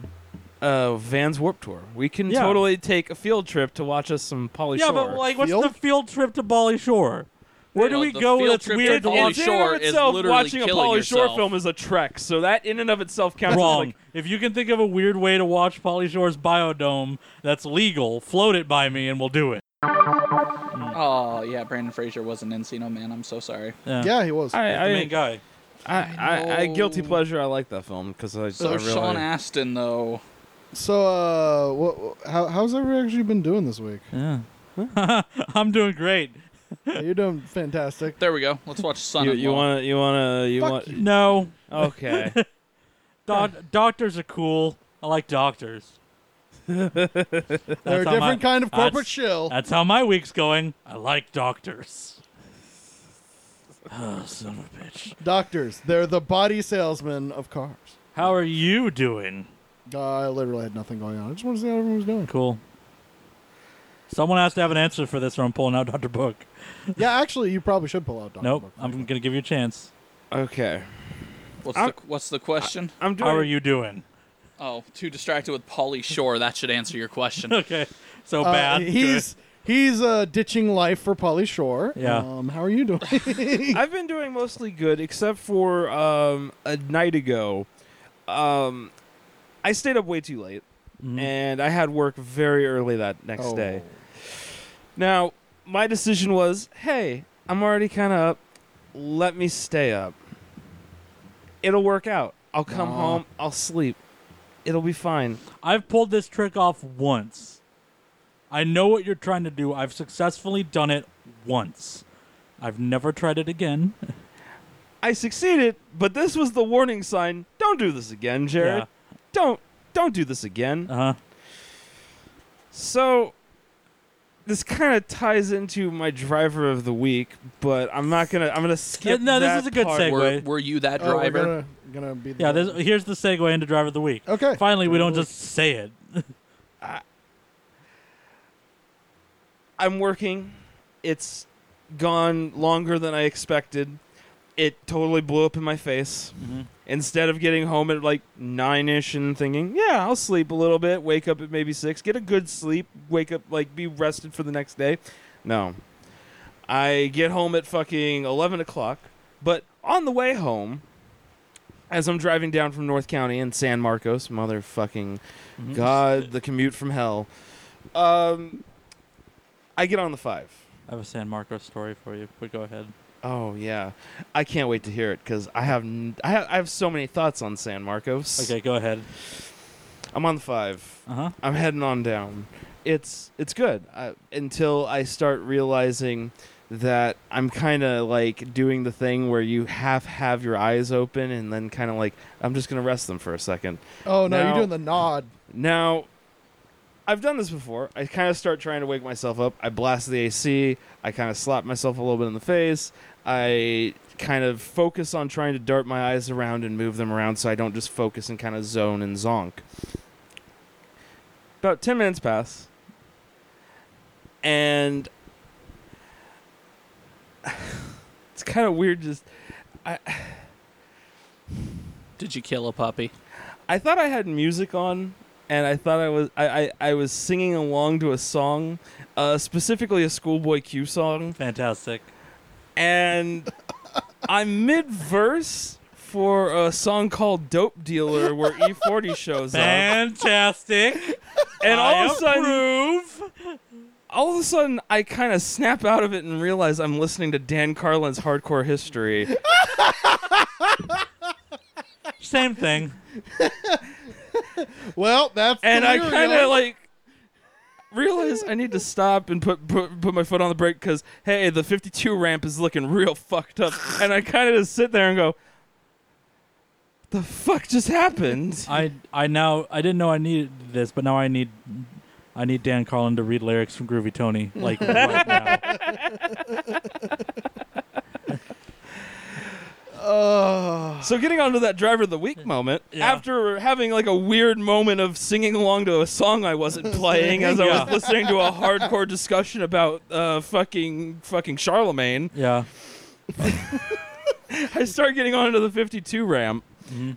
C: a Vans Warp Tour. We can
A: Yeah.
C: totally take a field trip to watch us some Polly
A: yeah,
C: Shore.
A: but like, what's
B: Field?
A: the field trip to Bali Shore? Where do
D: Well,
A: we
D: the
A: go
D: field
A: that's
D: trip to
A: weird?
D: Bali Pauly
C: in and
D: Shore
C: of
D: is
C: itself,
D: literally
C: watching a
D: killing
C: Polly Shore
D: yourself.
C: film is a trek. So that in and of itself counts as,
A: Wrong.
C: like
A: if you can think of a weird way to watch Polly Shore's Biodome that's legal, float it by me and we'll do it.
D: oh yeah, Brandon Fraser was an Encino man. I'm so sorry.
A: Yeah,
B: Yeah, he was.
C: I,
A: the
C: I,
A: main guy.
C: I, I, I guilty
D: know.
C: pleasure. I like that film because I,
D: So
C: I Oh, really.
D: Sean Astin though,
B: So, uh, what, how, how's everyone actually been doing this week?
A: Yeah. I'm doing great.
B: You're doing fantastic.
D: there we go. Let's watch Son.
C: you
D: of
C: you
D: Law.
C: want to you want to you
B: Fuck
C: want
B: you.
A: No,
C: okay.
A: doc- doctors are cool. I like doctors.
B: They're a
A: That's how
B: different
A: my-
B: kind of corporate
A: that's-
B: shill.
A: That's how my week's going. I like doctors. Oh, son of a bitch.
B: Doctors, they're the body salesmen of cars.
A: How are you doing?
B: Uh, I literally had nothing going on. I just want to see how everyone was doing.
A: Cool. Someone has to have an answer for this, or I'm pulling out Dr. Book.
B: Yeah, actually, you probably should pull out Dr.
A: Nope,
B: Book. Uh,
A: I'm going to give you a chance.
C: okay.
D: what's
C: I'm-
D: the what's the question?
C: I'm doing.
A: How are you doing?
D: Oh, too distracted with Polly Shore. That should answer your question.
A: Okay, so
B: Uh,
A: bad.
B: He's he's uh, ditching life for Polly Shore.
A: Yeah.
B: Um, how are you doing?
C: I've been doing mostly good, except for um, a night ago. Um, I stayed up way too late,
A: Mm.
C: and I had work very early that next
B: Oh.
C: day. Now, my decision was, hey, I'm already kind of up. Let me stay up. It'll work out. I'll come
B: Nah.
C: home. I'll sleep. It'll be fine.
A: I've pulled this trick off once. I know what you're trying to do. I've successfully done it once. I've never tried it again.
C: I succeeded, but this was the warning sign. Don't do this again, Jared.
A: Yeah.
C: Don't don't do this again.
A: Uh-huh.
C: So this kind of ties into my driver of the week, but I'm not gonna. I'm gonna skip.
A: no, this
C: that
A: is a good
C: part.
A: segue.
D: Were, were you that
B: Oh, we're
D: driver?
B: gonna, gonna be the
A: Yeah, this, here's the segue into Driver of the Week.
B: Okay.
A: Finally, we don't just say it.
C: I'm working. It's gone longer than I expected. It totally blew up in my face. Instead of getting home at like nine ish and thinking, yeah, I'll sleep a little bit, wake up at maybe six, get a good sleep, wake up, like be rested for the next day. No. I get home at fucking 11 o'clock, but on the way home, as I'm driving down from North County in San Marcos, motherfucking
A: Mm-hmm.
C: God, the commute from hell, um, I get on the five.
A: I have a San Marcos story for you, but go ahead.
C: Oh yeah, I can't wait to hear it because I have n- I have I have so many thoughts on San Marcos.
A: Okay, go ahead.
C: I'm on the five.
A: Uh-huh.
C: I'm heading on down. It's it's good I, until I start realizing that I'm kind of like doing the thing where you half have your eyes open and then kind of like I'm just gonna rest them for a second.
B: Oh no,
C: Now-
B: you're doing the nod.
C: Now, I've done this before. I kind of start trying to wake myself up. I blast the AC. I kind of slap myself a little bit in the face. I kind of focus on trying to dart my eyes around and move them around so I don't just focus and kind of zone and zonk. About 10 minutes pass. And it's kind of weird just
D: Did you kill a puppy?
C: I thought I had music on, and I thought I was I, I, I was singing along to a song, uh, specifically a Schoolboy Q song,
A: Fantastic.
C: and I'm mid verse for a song called "Dope Dealer" where E40 shows up,
A: Fantastic.
C: and all
A: I
C: of a sudden,
A: approve.
C: all of a sudden, I kind of snap out of it and realize I'm listening to Dan Carlin's Hardcore History.
A: Same thing.
B: Well, that's
C: and
B: the
C: I
B: Muriel.
C: kind of like realized I need to stop and put put, put my foot on the brake because hey, the 52 ramp is looking real fucked up, and I kind of just sit there and go, "The fuck just happened?"
A: I I now I didn't know I needed this, but now I need I need Dan Carlin to read lyrics from Groovy Tony like right now.
B: Ugh.
C: So getting onto that driver of the week moment,
A: Yeah.
C: after having like a weird moment of singing along to a song I wasn't playing as I was
A: Yeah.
C: listening to a hardcore discussion about uh, fucking fucking Charlemagne,
A: Yeah.
C: I start getting onto the 52 ramp.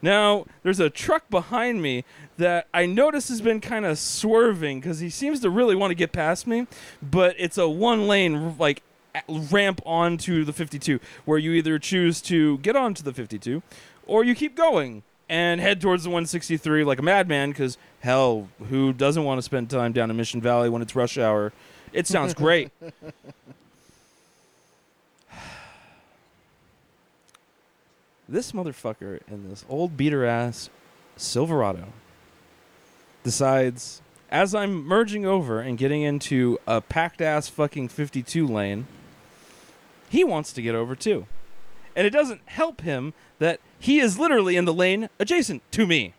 C: Now, there's a truck behind me that I notice has been kind of swerving because he seems to really want to get past me, but it's a one lane, like, a- ramp onto the 52 where you either choose to get onto the 52 or you keep going and head towards the 163 like a madman because, hell, who doesn't want to spend time down in Mission Valley when it's rush hour? It sounds great. this motherfucker in this old beater ass Silverado decides, as I'm merging over and getting into a packed ass fucking 52 lane, he wants to get over too. And it doesn't help him that he is literally in the lane adjacent to me.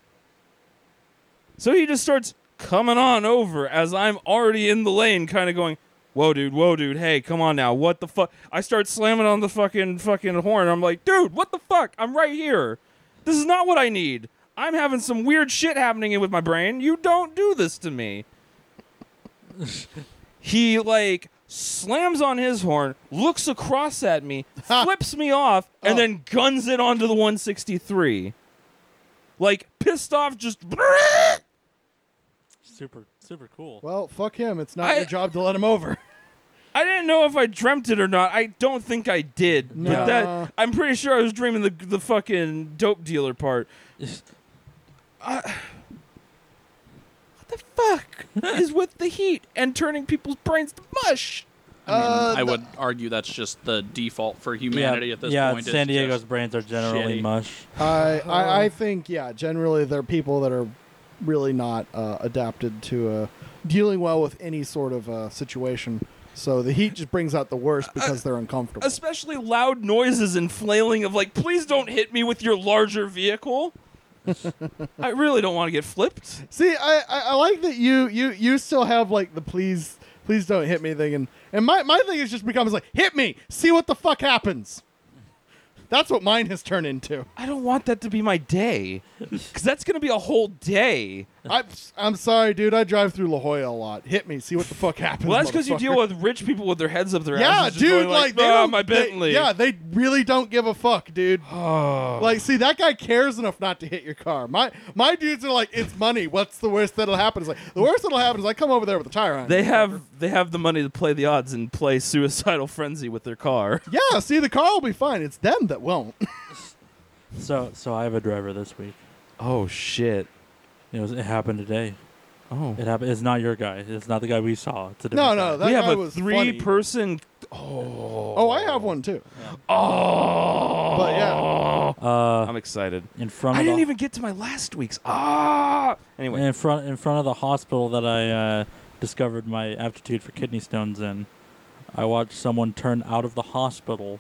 C: So he just starts coming on over as I'm already in the lane, kind of going, Whoa, dude, whoa, dude, hey, come on now. What the fuck? I start slamming on the fucking fucking horn. I'm like, dude, what the fuck? I'm right here. This is not what I need. I'm having some weird shit happening with my brain. You don't do this to me. he like slams on his horn, looks across at me, flips me off, and
B: Oh.
C: then guns it onto the 163. Like pissed off, just
A: Super super cool.
B: Well, fuck him. It's not
C: I-
B: your job to let him over.
C: I didn't know if I dreamt it or not. I don't think I did. But
B: No.
C: that I'm pretty sure I was dreaming the the fucking dope dealer part. I- what the fuck is with the heat and turning people's brains to mush?
D: I mean,
B: Uh,
D: I
B: the-
D: would argue that's just the default for humanity
A: yeah,
D: at this
A: yeah,
D: point. is
A: San Diego's
D: just-
A: brains are generally
D: shitty.
A: mush.
B: I, I I think yeah. Generally, they're people that are really not uh, adapted to uh, dealing well with any sort of uh, situation. So the heat just brings out the worst because they're uncomfortable.
C: Especially loud noises and flailing of like, please don't hit me with your larger vehicle. I really don't want to get flipped.
B: See, I, I, I like that you you you still have like the please please don't hit me thing, and and my my thing is just becomes like hit me, see what the fuck happens. That's what mine has turned into.
C: I don't want that to be my day. Because that's going to be a whole day.
B: I, I'm sorry, dude. I drive through La Jolla a lot. Hit me, see what the fuck happens.
C: Well, that's because you
B: motherfucker.
C: deal with rich people with their heads up their
B: Yeah,
C: asses. just
B: dude.
C: going
B: like, they
C: "Ah,
B: don't,
C: my
B: they-
C: Bentley.
B: yeah, they really don't give a fuck, dude. Like, see, that guy cares enough not to hit your car. My my dudes are like, it's money. What's the worst that'll happen? It's like the worst that'll happen is I come over there with a tire iron.
C: they have they have the money to play the odds and play suicidal frenzy with their car.
B: yeah, see, the car will be fine. It's them that won't.
A: So so I have a driver this week.
C: Oh shit.
A: It was it happened today.
C: Oh.
A: It happened. It's not your guy. It's not the guy we saw. It's a
B: No,
A: different
B: no, that
C: we have
B: guy
C: a
B: was
C: three
B: funny.
C: person.
B: Oh, I have one too.
C: Oh.
B: But yeah.
A: guy. Uh,
C: I'm excited.
A: in front.
C: I
A: of
C: didn't
A: the,
C: even get to my last week's. Ah. Anyway.
A: in front in front of the hospital that I uh, discovered my aptitude for kidney stones in. I watched someone turn out of the hospital,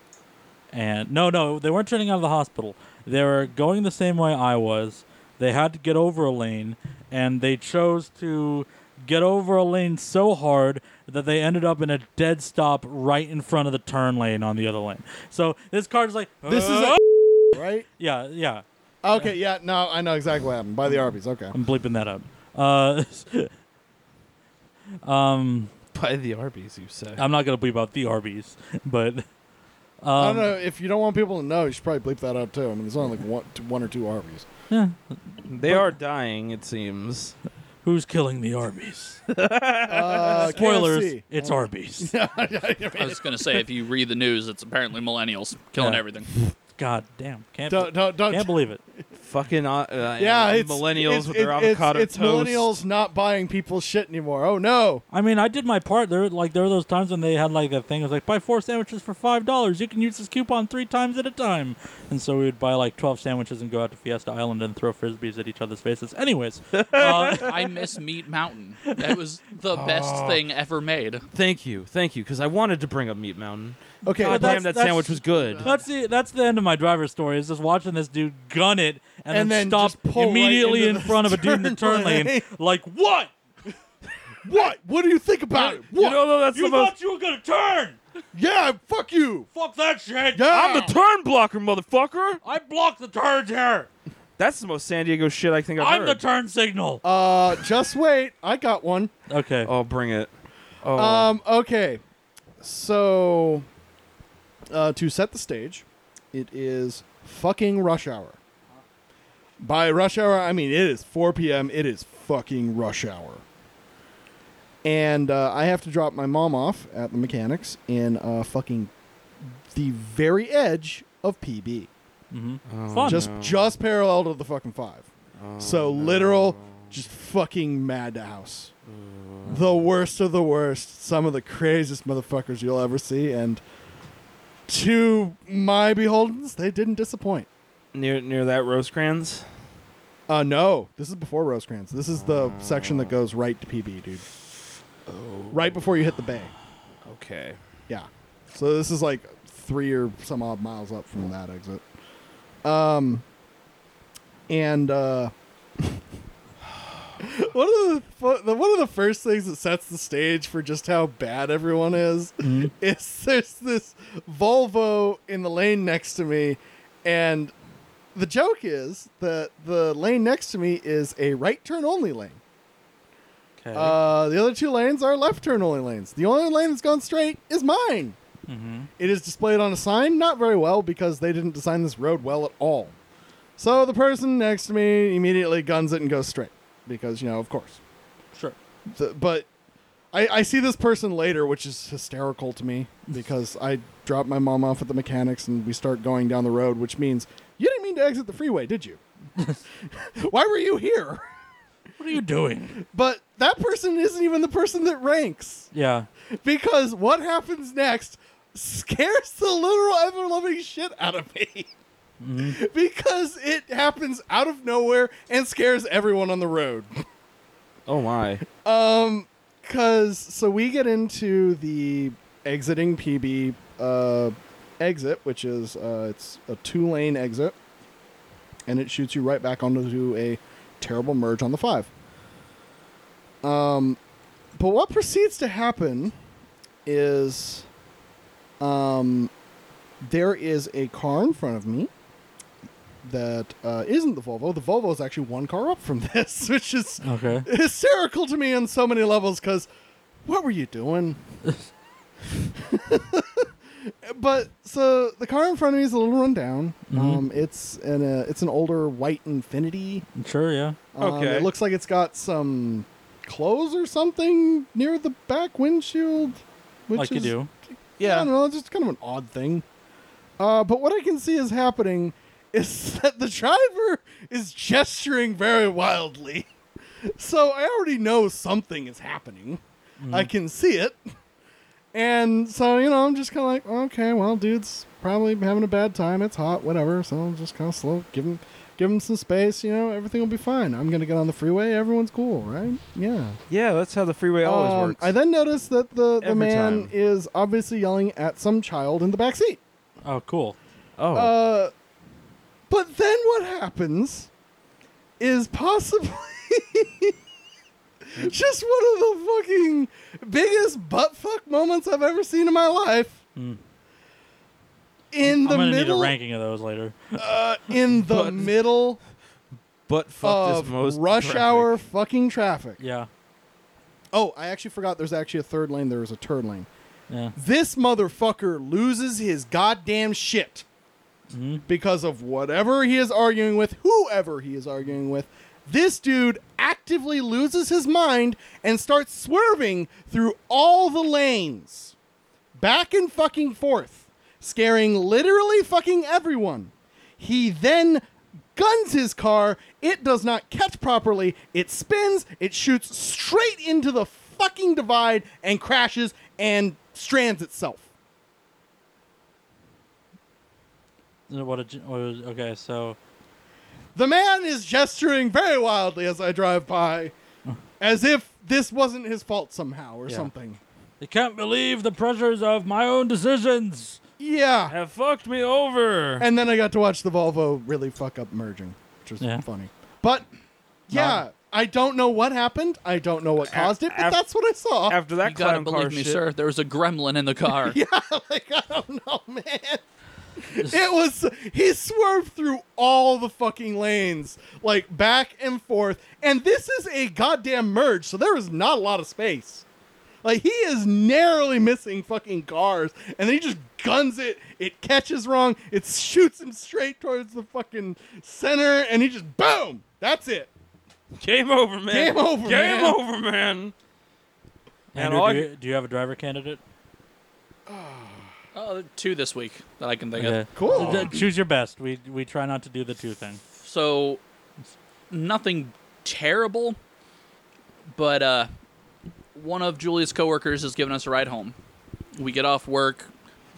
A: and no, no, they weren't turning out of the hospital. They were going the same way I was. They had to get over a lane, and they chose to get over a lane so hard that they ended up in a dead stop right in front of the turn lane on the other lane. So this car's like,
B: This is
A: "Uh,
B: a right?
A: yeah, yeah.
B: Okay, yeah, no, I know exactly what happened. By the Arby's, okay.
A: I'm bleeping that up. Uh, um,
C: By the Arby's, you say.
A: I'm not gonna bleep out the Arby's, but um,
B: I don't know if you don't want people to know, you should probably bleep that out too. I mean, there's only like one, two- one or two Arby's.
A: yeah,
C: they are dying, it seems.
A: who's killing the Arby's?
B: Uh,
A: Spoilers,
B: KFC.
A: it's
B: Oh.
A: Arby's.
D: I was gonna say if you read the news, it's apparently millennials killing
A: Yeah.
D: everything.
A: God damn, can't
B: Don't
A: be-
B: don't don't.
A: can't believe it.
C: Fucking uh, uh,
B: yeah, it's
C: millennials
B: it's-
C: with their
B: it's-
C: avocado
B: it's,
C: toast.
B: millennials not buying people's shit anymore. Oh no!
A: I mean, I did my part. There, were- like, there were those times when they had like that thing. It was like, buy four sandwiches for five dollars. You can use this coupon three times at a time. And so we would buy like twelve sandwiches and go out to Fiesta Island and throw frisbees at each other's faces. Anyways, uh,
D: I miss Meat Mountain. That was the best
B: Oh.
D: thing ever made.
C: Thank you, thank you, because I wanted to bring up Meat Mountain.
B: Okay,
A: God,
C: God
A: that's-
C: damn, that
A: that's-
C: sandwich was good.
A: That's the that's the end of my driver's story. Is just watching this dude gun it and,
B: And
A: then,
B: then
A: stop
B: just pull right
A: immediately
B: into
A: in
B: the
A: front of a dude in the
B: turn
A: turn lane.
B: lane.
A: Like what?
B: what? What do you think about it?
C: You
B: What?
C: know, no, that's
A: You
C: the most.
A: thought you were gonna turn?
B: yeah, fuck you.
A: Fuck that shit.
B: Yeah.
C: I'm the turn blocker, motherfucker.
A: I block the turns here.
C: That's the most San Diego shit I think I've
A: I'm
C: heard.
A: the turn signal.
B: uh, just wait. I got one.
A: okay.
C: oh, bring it. Oh,
B: Um, okay. So, uh, to set the stage, it is fucking rush hour. By rush hour, I mean it is 4 p.m. It is fucking rush hour. And uh, I have to drop my mom off at the mechanics in uh, fucking the very edge of PB.
A: hmm
C: oh,
A: fun.
B: Just
C: no.
B: just parallel to the fucking five.
C: Oh,
B: So
C: no.
B: literal, just fucking madhouse
C: Ugh.
B: the worst of the worst, some of the craziest motherfuckers you'll ever see, and to my beholdens, they didn't disappoint.
C: near near that Rosecrans.
B: Uh, no, this is before Rosecrans. This is the section that goes right to PB, dude.
C: Oh.
B: Right before you hit the bay.
C: Okay.
B: Yeah. So this is like three or some odd miles up from that exit. Um, and uh, one of the fu- the one of the first things that sets the stage for just how bad everyone is is there's this Volvo in the lane next to me, and the joke is that the lane next to me is a right turn only lane.
C: Okay.
B: Uh, the other two lanes are left turn only lanes. The only lane that's gone straight is mine.
A: Mhm.
B: It is displayed on a sign, not very well because they didn't design this road well at all. So the person next to me immediately guns it and goes straight because, you know, of course.
A: Sure.
B: So- but I, I see this person later, which is hysterical to me because I drop my mom off at the mechanics and we start going down the road, which means you didn't mean to exit the freeway, did you? Why were you here?
A: What are you doing?
B: But that person isn't even the person that ranks
A: Yeah.
B: because what happens next scares the literal ever loving shit out of me. because it happens out of nowhere and scares everyone on the road.
C: oh my.
B: Cause so we get into the exiting PB uh, exit, which is uh, it's a two lane exit, and it shoots you right back onto a terrible merge on the five. Um, but what proceeds to happen is, um, there is a car in front of me that uh, isn't the Volvo. The Volvo is actually one car up from this, which is
A: Okay.
B: hysterical to me on so many levels because what were you doing? but so the car in front of me is a little run down. Um, it's an uh, it's an older white Infinity.
A: Sure. Yeah.
B: Um,
C: Okay.
B: it looks like it's got some clothes or something near the back windshield, which
A: like you
B: is
A: do.
B: yeah. I don't know, it's just kind of an odd thing. Uh, but what I can see is happening is that the driver is gesturing very wildly. So I already know something is happening. I can see it. And so, you know, I'm just kind of like, okay, well, dude's probably having a bad time. It's hot, whatever. So I'll just kind of slow, give him, give him some space. You know, everything will be fine. I'm gonna get on the freeway. Everyone's cool, right? Yeah.
C: Yeah, that's how the freeway always
B: Um,
C: works.
B: I then noticed that the, the
C: Every
B: man
C: time.
B: is obviously yelling at some child in the back seat.
A: Oh, cool.
C: oh,
B: Uh, but then what happens is possibly just one of the fucking biggest buttfuck moments I've ever seen in my life. In the
A: Hmm. I'm gonna
B: middle,
A: need a ranking of those later.
B: uh, in the
C: But-
B: middle
C: but fuck
B: of
C: this most
B: uh, rush
C: traffic.
B: hour fucking traffic.
A: yeah,
B: Oh, I actually forgot. There's actually a third lane. There is a turn lane.
A: yeah.
B: this motherfucker loses his goddamn shit because of whatever he is arguing with, whoever he is arguing with. This dude actively loses his mind and starts swerving through all the lanes, back and fucking forth, scaring literally fucking everyone. He then guns his car. It does not catch properly. It spins. It shoots straight into the fucking divide and crashes and strands itself.
A: Uh, What a, ge- what a- okay, so
B: The man is gesturing very wildly as I drive by, as if this wasn't his fault somehow or
A: Yeah.
B: something.
A: I can't believe the pressures of my own decisions.
B: Yeah.
C: have fucked me over.
B: And then I got to watch the Volvo really fuck up merging, which was
A: Yeah.
B: funny. But yeah, I don't know what happened. I don't know what caused it, but
C: af-
B: that's what I saw.
C: After that
D: you gotta
C: clown
D: believe
C: car
D: me,
C: shit,
D: sir. There was a gremlin in the car.
B: Yeah, like I don't know, man. It was he swerved through all the fucking lanes, like back and forth. And this is a goddamn merge, so there is not a lot of space. Like he is narrowly missing fucking cars, and then he just guns it. It catches wrong. It shoots him straight towards the fucking center, and he just boom. That's it.
C: game over, man.
B: Game over,
C: Game
B: man.
C: over, man. And
A: Andrew,
C: all I-
A: do, you, do you have a driver candidate?
D: Oh, there are two this week that I can think of.
A: Okay.
B: Cool.
A: Uh, Choose your best. We we try not to do the two thing.
D: So, nothing terrible, but uh, one of Julia's coworkers has given us a ride home. We get off work,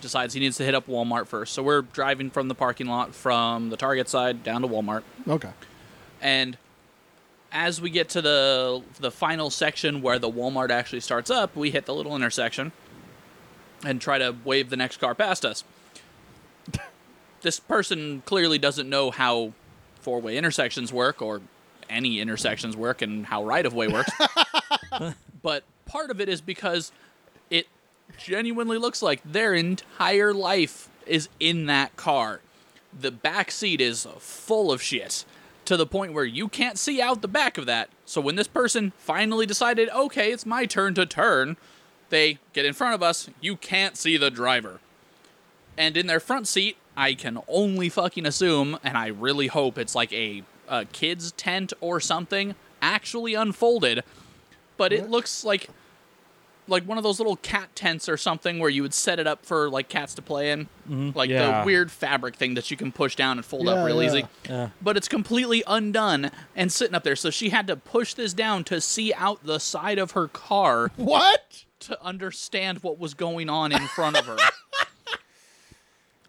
D: decides he needs to hit up Walmart first. So we're driving from the parking lot from the Target side down to Walmart.
B: Okay.
D: And as we get to the the final section where the Walmart actually starts up, we hit the little intersection and try to wave the next car past us. this person clearly doesn't know how four-way intersections work or any intersections work and how right-of-way works. but part of it is because it genuinely looks like their entire life is in that car. The back seat is full of shit to the point where you can't see out the back of that. So when this person finally decided, okay, it's my turn to turn, they get in front of us. You can't see the driver. And in their front seat, I can only fucking assume, and I really hope it's like a, a kid's tent or something actually unfolded. But it looks like like one of those little cat tents or something where you would set it up for like cats to play in, like
C: Yeah.
D: the weird fabric thing that you can push down and fold
B: Mm-hmm. Yeah,
D: up real
B: yeah.
D: easy.
A: Yeah.
D: But it's completely undone and sitting up there, so she had to push this down to see out the side of her car
B: What?
D: to understand what was going on in front of her.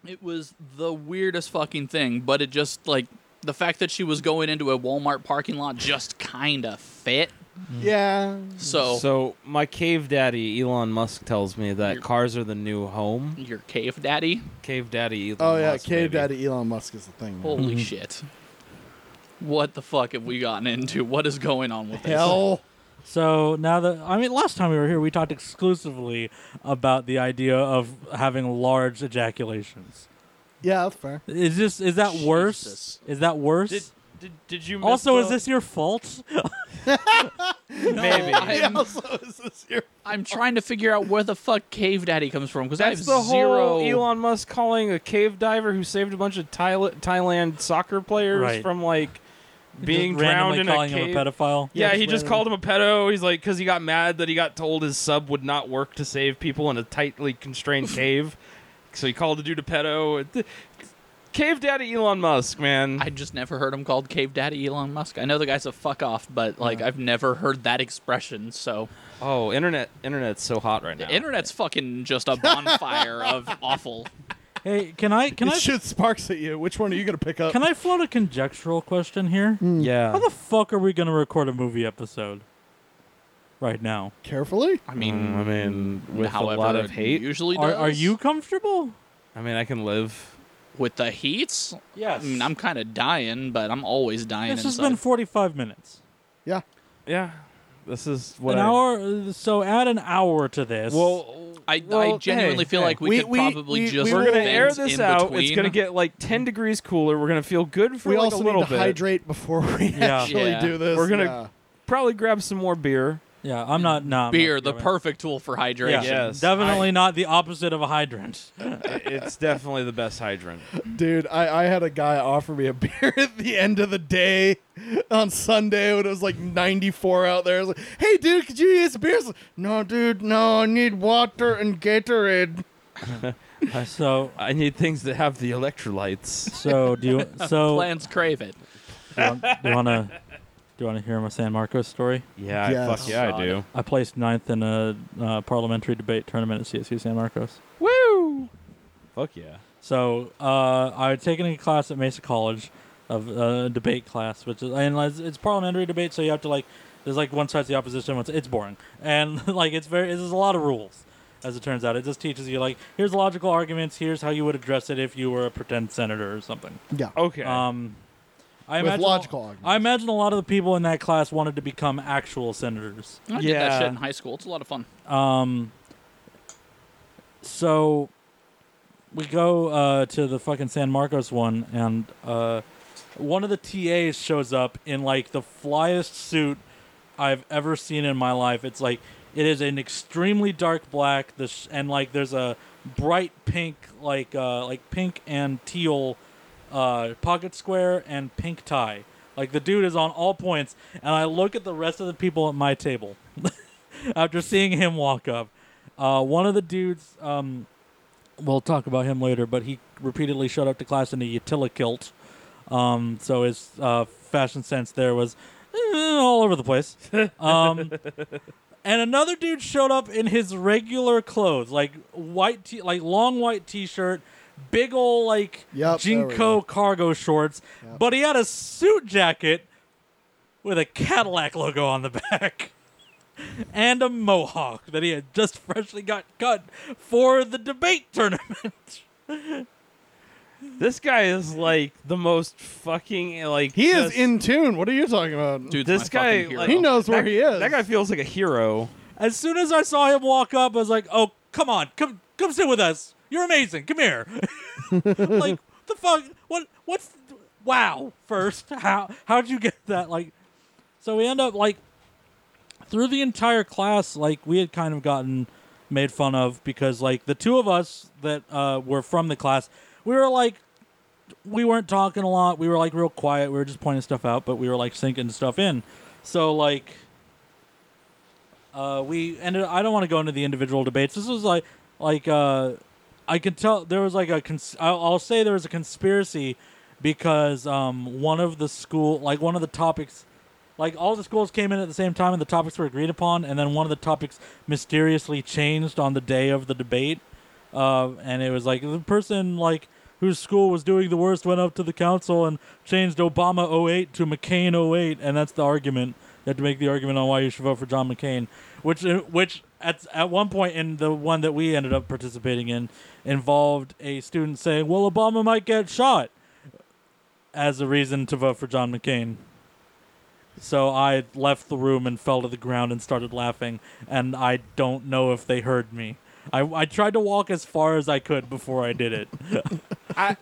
D: it was the weirdest fucking thing, but it just like the fact that she was going into a Walmart parking lot just kind of fit.
B: Mm. Yeah.
D: So,
C: So my cave daddy Elon Musk tells me that cars are the new home.
D: your cave daddy,
C: Cave daddy Elon.
B: Oh yeah,
C: Musk,
B: cave
C: baby.
B: daddy Elon Musk is the thing. man.
C: Mm-hmm.
D: holy shit. What the fuck have we gotten into? What is going on with this?
B: Hell.
A: So now that I mean, last time we were here, we talked exclusively about the idea of having large ejaculations.
B: Yeah, that's fair.
A: Is this is that worse?
D: Jesus.
A: Is that worse?
C: Did, did, did you miss
A: also, is
C: the-
A: this your fault?
C: maybe?
D: I'm-
B: also, is this your
D: I'm trying to figure out where the fuck cave daddy comes from because I have
C: That's the
D: zero.
C: whole Elon Musk calling a cave diver who saved a bunch of Thailand, Thailand soccer players
A: Right.
C: from like being
A: Just
C: drowned
A: randomly
C: in
A: calling
C: a cave.
A: him a pedophile.
C: yeah,
B: Yeah,
C: he
B: just
C: just called him a pedo. He's like, because he got mad that he got told his sub would not work to save people in a tightly constrained cave. So he called the dude a pedo. Th- Cave daddy Elon Musk, man.
D: I just never heard him called Cave Daddy Elon Musk. I know the guy's a fuck off, but like I've never heard that expression. So
C: oh, internet, internet's so hot right now.
D: the internet's fucking just a bonfire of awful.
A: Hey, can I can
B: it
A: I
B: shoots sparks at you. Which one are you gonna pick up?
A: can I float a conjectural question here?
C: Yeah.
A: How the fuck are we gonna record a movie episode right now?
B: Carefully.
D: I mean,
C: Mm, I mean, with
D: however,
C: a lot of
D: it
C: hate.
D: Usually,
A: Are, are
D: does.
A: you comfortable?
C: I mean, I can live.
D: with the heats? I
A: Yes.
D: mean, Mm, I'm kind of dying, but I'm always dying.
A: This has
D: inside.
A: been 45 minutes.
B: Yeah.
C: Yeah. This is what
A: an
C: I,
A: hour. So add an hour to this.
C: Well,
D: I, I
C: well,
D: genuinely
C: hey,
D: feel
C: hey.
D: like we,
B: We-
D: could
B: we-
D: probably
B: we-
D: just.
B: we
C: we're
B: will-
C: gonna
D: bend
C: air this
D: in
C: out. It's
D: between.
C: gonna get like 10 degrees cooler. We're gonna feel good for
B: we
C: like
B: also
C: a little
B: need to
C: bit.
B: hydrate before we
A: Yeah.
B: actually
D: Yeah.
B: do this.
C: We're gonna-
B: Yeah.
C: Probably grab some more beer.
A: yeah, I'm not. Nah, I'm
D: beer,
A: not
D: the
A: doing it.
D: perfect tool for
A: Yeah,
D: hydration.
C: Yes.
A: definitely not the opposite of a hydrant.
C: it's definitely the best hydrant.
B: Dude, I, I had a guy offer me a beer at the end of the day on Sunday when it was like 94 out there. I was like, hey, dude, could you use a beer? I was like, no, dude, no, I need water and Gatorade.
A: So,
C: I need things that have the electrolytes.
A: so do you? So
D: Plans crave it.
A: do you want to? Do you want to hear my San Marcos story?
C: Yeah,
B: Yes.
C: fuck yeah, I do.
A: I placed ninth in a uh, parliamentary debate tournament at CSU San Marcos.
C: Woo! Fuck yeah.
A: So uh, I had taken a class at Mesa College, of uh, debate class, which is and it's, it's parliamentary debate, so you have to like there's like one side's the opposition, one's it's boring, and like it's very there's a lot of rules. As it turns out, it just teaches you like here's logical arguments, here's how you would address it if you were a pretend senator or something.
B: Yeah.
C: Okay.
A: Um, I
B: With
A: imagine
B: logical arguments.
A: I imagine a lot of the people in that class wanted to become actual senators.
D: I did that
C: Yeah.
D: shit in high school. It's a lot of fun.
A: Um, so we go uh, to the fucking San Marcos one, and uh, one of the TAs shows up in like the flyest suit I've ever seen in my life. It's like it is an extremely dark black, the sh- and like there's a bright pink, like uh, like pink and teal uh, pocket square and pink tie. Like the dude is on all points, and I look at the rest of the people at my table after seeing him walk up. Uh, one of the dudes, um, we'll talk about him later, but he repeatedly showed up to class in a Utila kilt. Um, so his uh, fashion sense there was eh, all over the place. Um, and another dude showed up in his regular clothes, like white, t- like long white t-shirt, big old like
B: Yep, there we
A: jinko
B: go.
A: cargo shorts, but he had a suit jacket with a Cadillac logo on the back and a mohawk that he had just freshly got cut for the debate tournament.
C: this guy is like the most fucking like
B: He is
C: just-
B: in tune. What are you talking about?
D: Dude,
C: This
D: my
C: guy,
D: fucking hero.
C: like-
B: he knows where
C: that,
B: he is.
C: That guy feels like a hero.
A: As soon as I saw him walk up, I was like, "Oh, come on, come come sit with us. You're amazing. Come here." like the fuck? What? What's? Wow. First, how how'd you get that? Like, so we end up like through the entire class, like we had kind of gotten made fun of because like the two of us that uh, were from the class, we were like we weren't talking a lot. We were like real quiet. We were just pointing stuff out, but we were like sinking stuff in. So like uh, we ended I don't want to go into the individual debates. This was like like uh, I could tell there was like a cons- I'll, I'll say there was a conspiracy because um, one of the school like one of the topics like all the schools came in at the same time and the topics were agreed upon and then one of the topics mysteriously changed on the day of the debate uh, and it was like the person like whose school was doing the worst went up to the council and changed Obama 08 to McCain 08 and that's the argument you have to make the argument on why you should vote for John McCain which uh, which at, at one point in the one that we ended up participating in involved a student saying well Obama might get shot as a reason to vote for John McCain so I left the room and fell to the ground and started laughing, and I don't know if they heard me. I, I tried to walk as far as I could before I did it.
C: I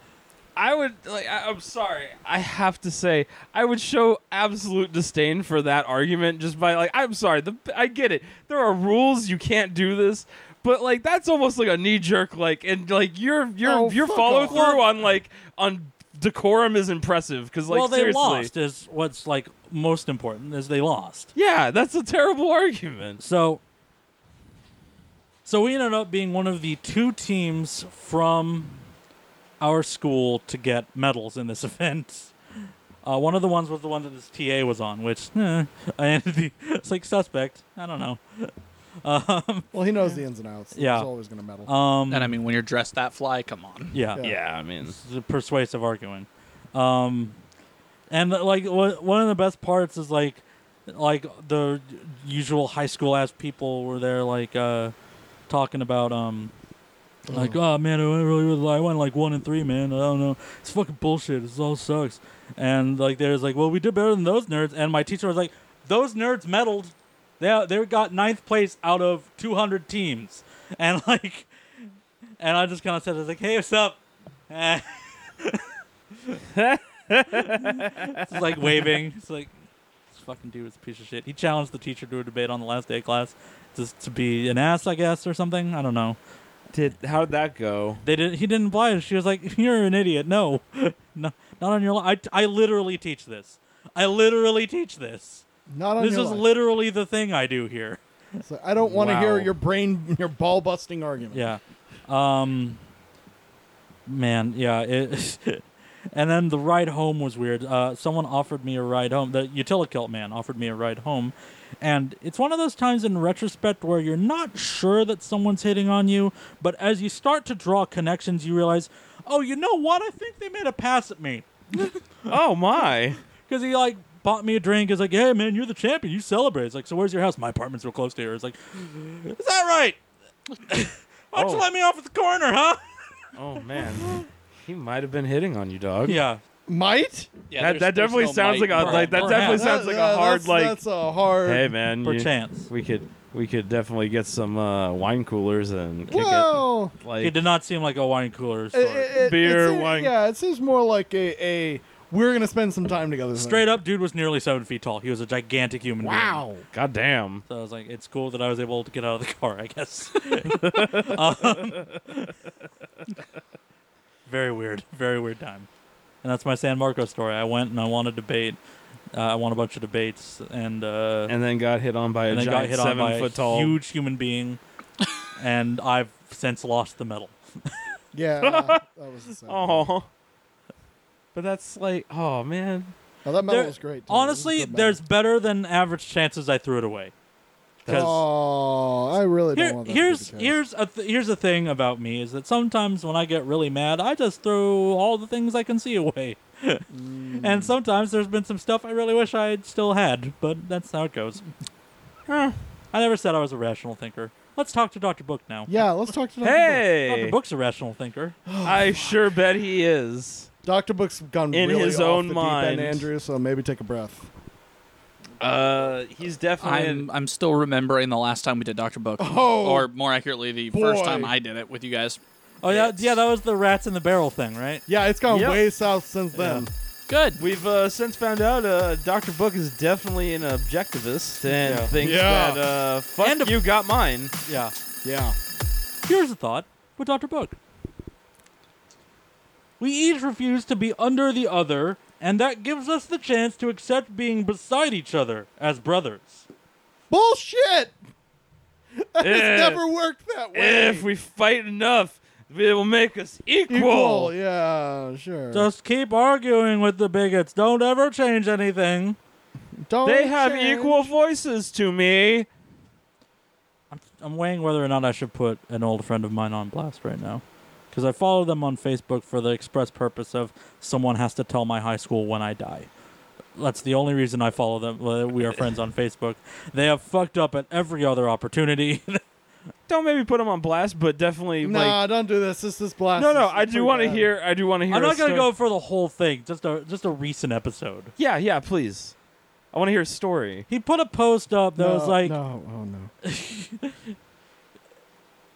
C: I would like I, I'm sorry. I have to say I would show absolute disdain for that argument just by like I'm sorry. The I get it. There are rules you can't do this. But like that's almost like a knee jerk like and like your your
B: Oh,
C: your
B: fuck
C: follow
B: off.
C: through on like on decorum is impressive cuz like
A: well, they
C: seriously.
A: lost is what's like most important is they lost.
C: Yeah, that's a terrible argument.
A: So So we ended up being one of the two teams from our school to get medals in this event. Uh, one of the ones was the one that this TA was on, which eh, I ended the, it's like suspect. I don't know. Um,
B: Well, he knows the ins and outs.
A: Yeah.
B: He's always going to meddle.
A: um,
C: Mm.
D: And I mean, when you're dressed that fly, come on.
A: yeah,
B: Yeah.
C: Yeah, I mean,
A: the persuasive arguing. Um, and like wha- one of the best parts is like, like the usual high school ass people were there like uh, talking about um, like oh man, I went really, really I went like one and three, man. I don't know, it's fucking bullshit. This all sucks. And like there's like, well, we did better than those nerds. And my teacher was like, those nerds meddled. They they got ninth place out of 200 teams. And like, and I just kind of said, I was like, hey, what's up? Eh. it's like waving. It's like this fucking dude is a piece of shit. He challenged the teacher to a debate on the last day of class, just to be an ass, I guess, or something. I don't know.
C: did how did that go?
A: They didn't. He didn't oblige. She was like, "You're an idiot. No, no not on your life. I, I literally teach this. I literally teach this.
B: Not on
A: this
B: your
A: is
B: life.
A: literally the thing I do here."
B: It's like, I don't want to hear
C: Wow.
B: your brain, your ball busting argument.
A: Yeah. Um man, yeah, it and then the ride home was weird. Uh someone offered me a ride home. The Utilicult man offered me a ride home. And it's one of those times in retrospect where you're not sure that someone's hitting on you, but as you start to draw connections, you realize, "Oh, you know what? I think they made a pass at me."
C: Oh my!
A: Because he like bought me a drink. He's like, "Hey man, you're the champion. You celebrate." It's like, "So where's your house? My apartment's real close to here." It's like, "Is that right? Why don't you
C: Oh.
A: let me off at the corner, huh?"
C: Oh man, he might have been hitting on you, dog.
A: Yeah,
B: Might?
D: Yeah,
C: that that definitely sounds like a like that
A: Perhaps.
C: definitely sounds like a hard
B: that's,
C: like.
B: That's a hard.
C: Hey man, you-
A: perchance.
C: we could we could definitely get some uh, wine coolers and kick
B: well,
C: it.
A: He
C: Like
A: did not seem like a wine cooler
B: it,
A: sort.
B: it- it-
C: Beer,
B: it's,
C: wine.
B: Yeah, it seems more like a, a we're going to spend some time together.
A: Straight up, dude was nearly seven feet tall. He was a gigantic human being.
B: Wow.
C: goddamn.
A: So I was like, it's cool that I was able to get out of the car, I guess. um, very weird. Very weird time. And that's my San Marcos story. I went and I won a debate. Uh, I won a bunch of debates and, uh,
C: And then got hit on by a
A: and then got
C: giant
A: hit on
C: seven
A: by a
C: foot tall.
A: huge human being. and I've since lost the medal.
B: Yeah. that was the same.
C: Oh, but that's like oh man.
B: Now, that medal
A: There-
B: was great. too. It was a
A: Honestly,
B: good medal.
A: there's better than average chances I threw it away. 'Cause-
B: Oh, I really don't
A: Here-
B: want that. to be
A: here's
B: the case.
A: here's a th- here's the thing about me is that sometimes when I get really mad, I just throw all the things I can see away.
B: Mm.
A: And sometimes there's been some stuff I really wish I would still had, but that's how it goes.
C: Huh.
A: I never said I was a rational thinker. Let's talk to Dr. Book now.
B: Yeah, let's talk to Dr.
A: Dr.
C: Hey,
A: Book's a rational thinker.
C: I sure bet he is.
B: Book. Dr. Book's gone
C: In
B: really
C: his
B: off
C: own
B: the deep
C: mind.
B: end, Andrew, so maybe take a breath.
C: Uh, he's definitely.
D: I'm I'm still remembering the last time we did Doctor Book,
B: Oh,
D: or more accurately, the first
B: boy.
D: time I did it with you guys.
A: Oh yeah,
D: It's-
A: yeah, that was the rats in the barrel thing, right?
B: Yeah, it's gone
C: Yep.
B: way south since then.
D: Good.
C: We've uh, since found out uh, Dr. Book is definitely an objectivist and
A: Yeah.
C: thinks
B: Yeah.
C: that uh, fuck
A: And a-
C: you got mine.
A: Yeah.
B: Yeah.
A: Here's a thought with Dr. Book. We each refuse to be under the other, and that gives us the chance to accept being beside each other as brothers.
B: Bullshit! That
C: Eh.
B: has never worked that way.
C: If we fight enough, it will make us equal.
B: Equal, yeah, sure.
A: Just keep arguing with the bigots. Don't ever change anything.
B: Don't
C: They have
B: change.
C: equal voices to me.
A: I'm, I'm weighing whether or not I should put an old friend of mine on blast right now. Because I follow them on Facebook for the express purpose of someone has to tell my high school when I die. That's the only reason I follow them. well, We are friends on Facebook. They have fucked up at every other opportunity.
C: Don't maybe put him on blast, but definitely
B: Nah, don't do this. This is
C: like.
B: blast.
C: No, no,
B: This is
C: I do
B: pretty
C: want to
B: bad.
C: hear. I do want to hear.
A: I'm not
C: a
A: gonna
C: sto-
A: go for the whole thing. Just a just a recent episode.
C: Yeah, yeah, please. I want to hear a story.
A: He put a post up that
B: No,
A: was like,
B: no, oh no.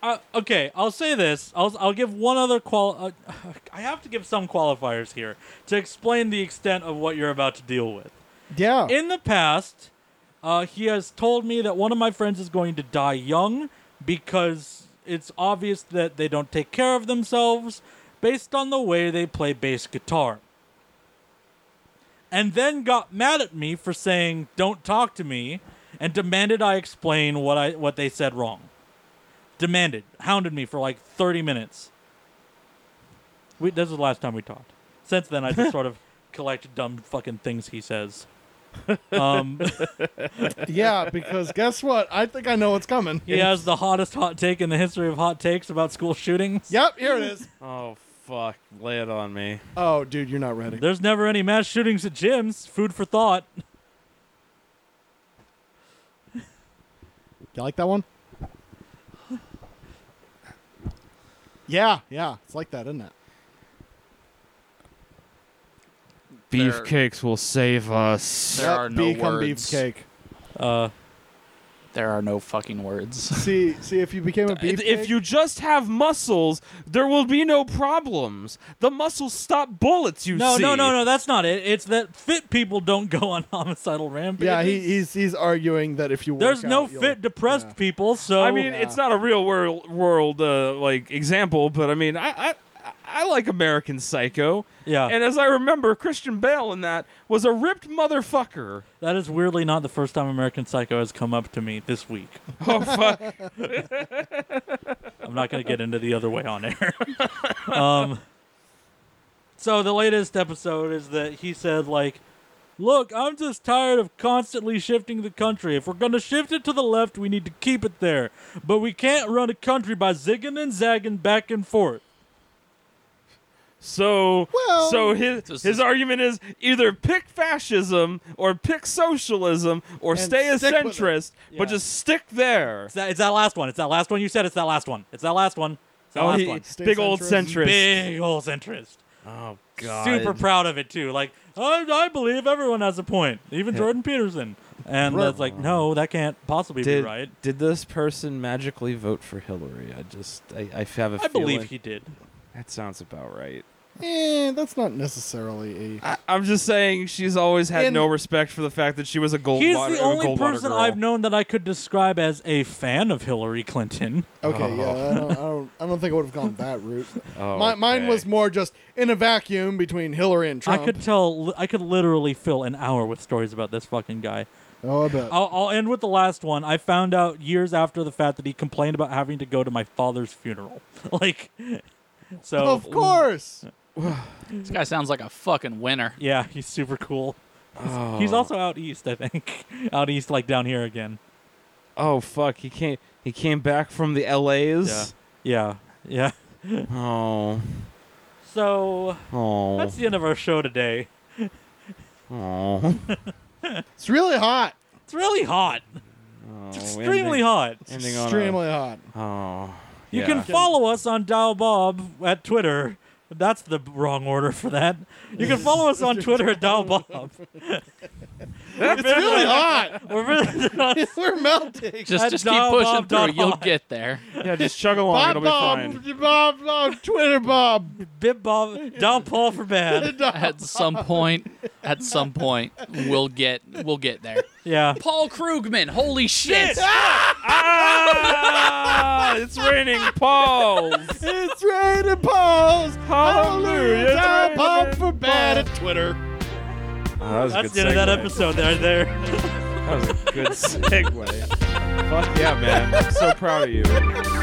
A: uh, "Okay, I'll say this. I'll I'll give one other qual. Uh, I have to give some qualifiers here to explain the extent of what you're about to deal with.
B: Yeah.
A: In the past, uh, he has told me that one of my friends is going to die young because it's obvious that they don't take care of themselves based on the way they play bass guitar. And then got mad at me for saying, don't talk to me, and demanded I explain what, I, what they said wrong. Demanded, hounded me for like 30 minutes. We, this was the last time we talked. Since then, I just sort of collect dumb fucking things he says. Um,
B: yeah, because guess what? I think I know what's coming.
A: he has the hottest hot take in the history of hot takes about school shootings.
B: Yep, here it is.
C: Oh fuck! Lay it on me.
B: Oh, dude, you're not ready.
A: There's never any mass shootings at gyms. Food for thought.
B: You like that one? Yeah, yeah, it's like that, isn't it?
D: They're-
C: Beefcakes will save us.
D: There
B: Yep,
D: are no
B: beak on
D: words.
B: beefcake.
A: Uh,
D: There are no fucking words.
B: See, see, if you became a beefcake,
C: If if you just have muscles, there will be no problems. The muscles stop bullets. You
A: no,
C: see?
A: no, no, no. That's not it. It's that fit people don't go on homicidal rampages.
B: yeah, he, he's he's arguing that if you work
A: There's no
B: out, you'll-
A: fit depressed
B: yeah.
A: people. So
C: I mean,
B: yeah.
C: it's not a real world world uh, like example, but I mean, I I, I like American Psycho.
A: yeah,
C: And as I remember, Christian Bale in that was a ripped motherfucker.
A: that is weirdly not the first time American Psycho has come up to me this week.
C: Oh fuck!
A: I'm not going to get into the other way on air. um, so the latest episode is that he said like, "Look, I'm just tired of constantly shifting the country. If we're going to shift it to the left, we need to keep it there. But we can't run a country by zigging and zagging back and forth."
C: So,
B: Well-
C: so his
D: This
C: his
D: is-
C: argument is either pick fascism or pick socialism or
B: And
C: stay a
B: stick with it.
C: centrist, but
A: Yeah.
C: just stick there.
A: It's that, it's that last one. It's that last one you said. It's that last one. It's that last one. It's that
C: Oh,
A: last
C: he-
A: one.
B: Stay
C: big old
B: centrist.
C: centrist.
A: Big ol' centrist.
C: Oh
A: Super proud of it too. Like I, I believe everyone has a point, even Jordan Peterson. And
B: Right.
A: that's like, no, that can't possibly be
C: Did
A: right.
C: did this person magically vote for Hillary? I just I, I have a
A: I believe he did.
C: that sounds about right.
B: Eh, that's not necessarily a.
C: I, I'm just saying she's always had
B: And-
C: no respect for the fact that she was a gold.
A: He's
C: water,
A: the only
C: gold
A: person I've known that I could describe as a fan of Hillary Clinton.
B: Okay, yeah, I don't, I don't, I don't think I would have gone that route.
C: Oh,
B: My, Mine was more just in a vacuum between Hillary and Trump.
A: I could tell. I could literally fill an hour with stories about this fucking guy.
B: oh, I bet.
A: I'll, I'll end with the last one. I found out years after the fact that he complained about having to go to my father's funeral. like, so
B: of course.
D: this guy sounds like a fucking winner.
A: Yeah, he's super cool.
C: Oh.
A: He's also out east, I think. out east, like down here again.
C: Oh fuck! He came. He came back from the LA's.
A: Yeah, yeah.
C: Oh.
A: So
C: Oh.
A: that's the end of our show today.
C: oh.
B: It's really hot.
A: It's really hot.
C: Oh,
A: It's extremely
C: ending-
A: hot.
C: Ending on uh, a-
B: Extremely hot.
C: oh.
A: You
C: yeah.
A: can follow us on Dial Bob at Twitter. That's the wrong order for that. You can follow us on Twitter at Dial Bob.
B: It's really hot.
A: We're visiting us
B: We're melting.
D: Just,
A: At
D: just keep
A: Donald
D: pushing
A: Bob, Donald
D: through. You'll
A: Bob.
D: get there.
C: yeah, just chug along.
B: Bob,
C: It'll be fine.
B: Bob, Bob, Bob, Twitter, Bob.
A: Bib Bob, Dial Paul for bad.
D: At some point, at some point, we'll get we'll get there.
A: Yeah.
D: Paul Krugman, holy shit!
C: ah! It's raining balls.
B: It's raining balls.
C: Hallelujah. It's
B: Dial
C: raining
B: Bob for bad at
C: balls.
B: Twitter.
C: Oh, that was a
A: That's
C: good
A: the end of that
C: segue.
A: episode there. there.
C: That was a good segue. Fuck yeah, man! I'm so proud of you.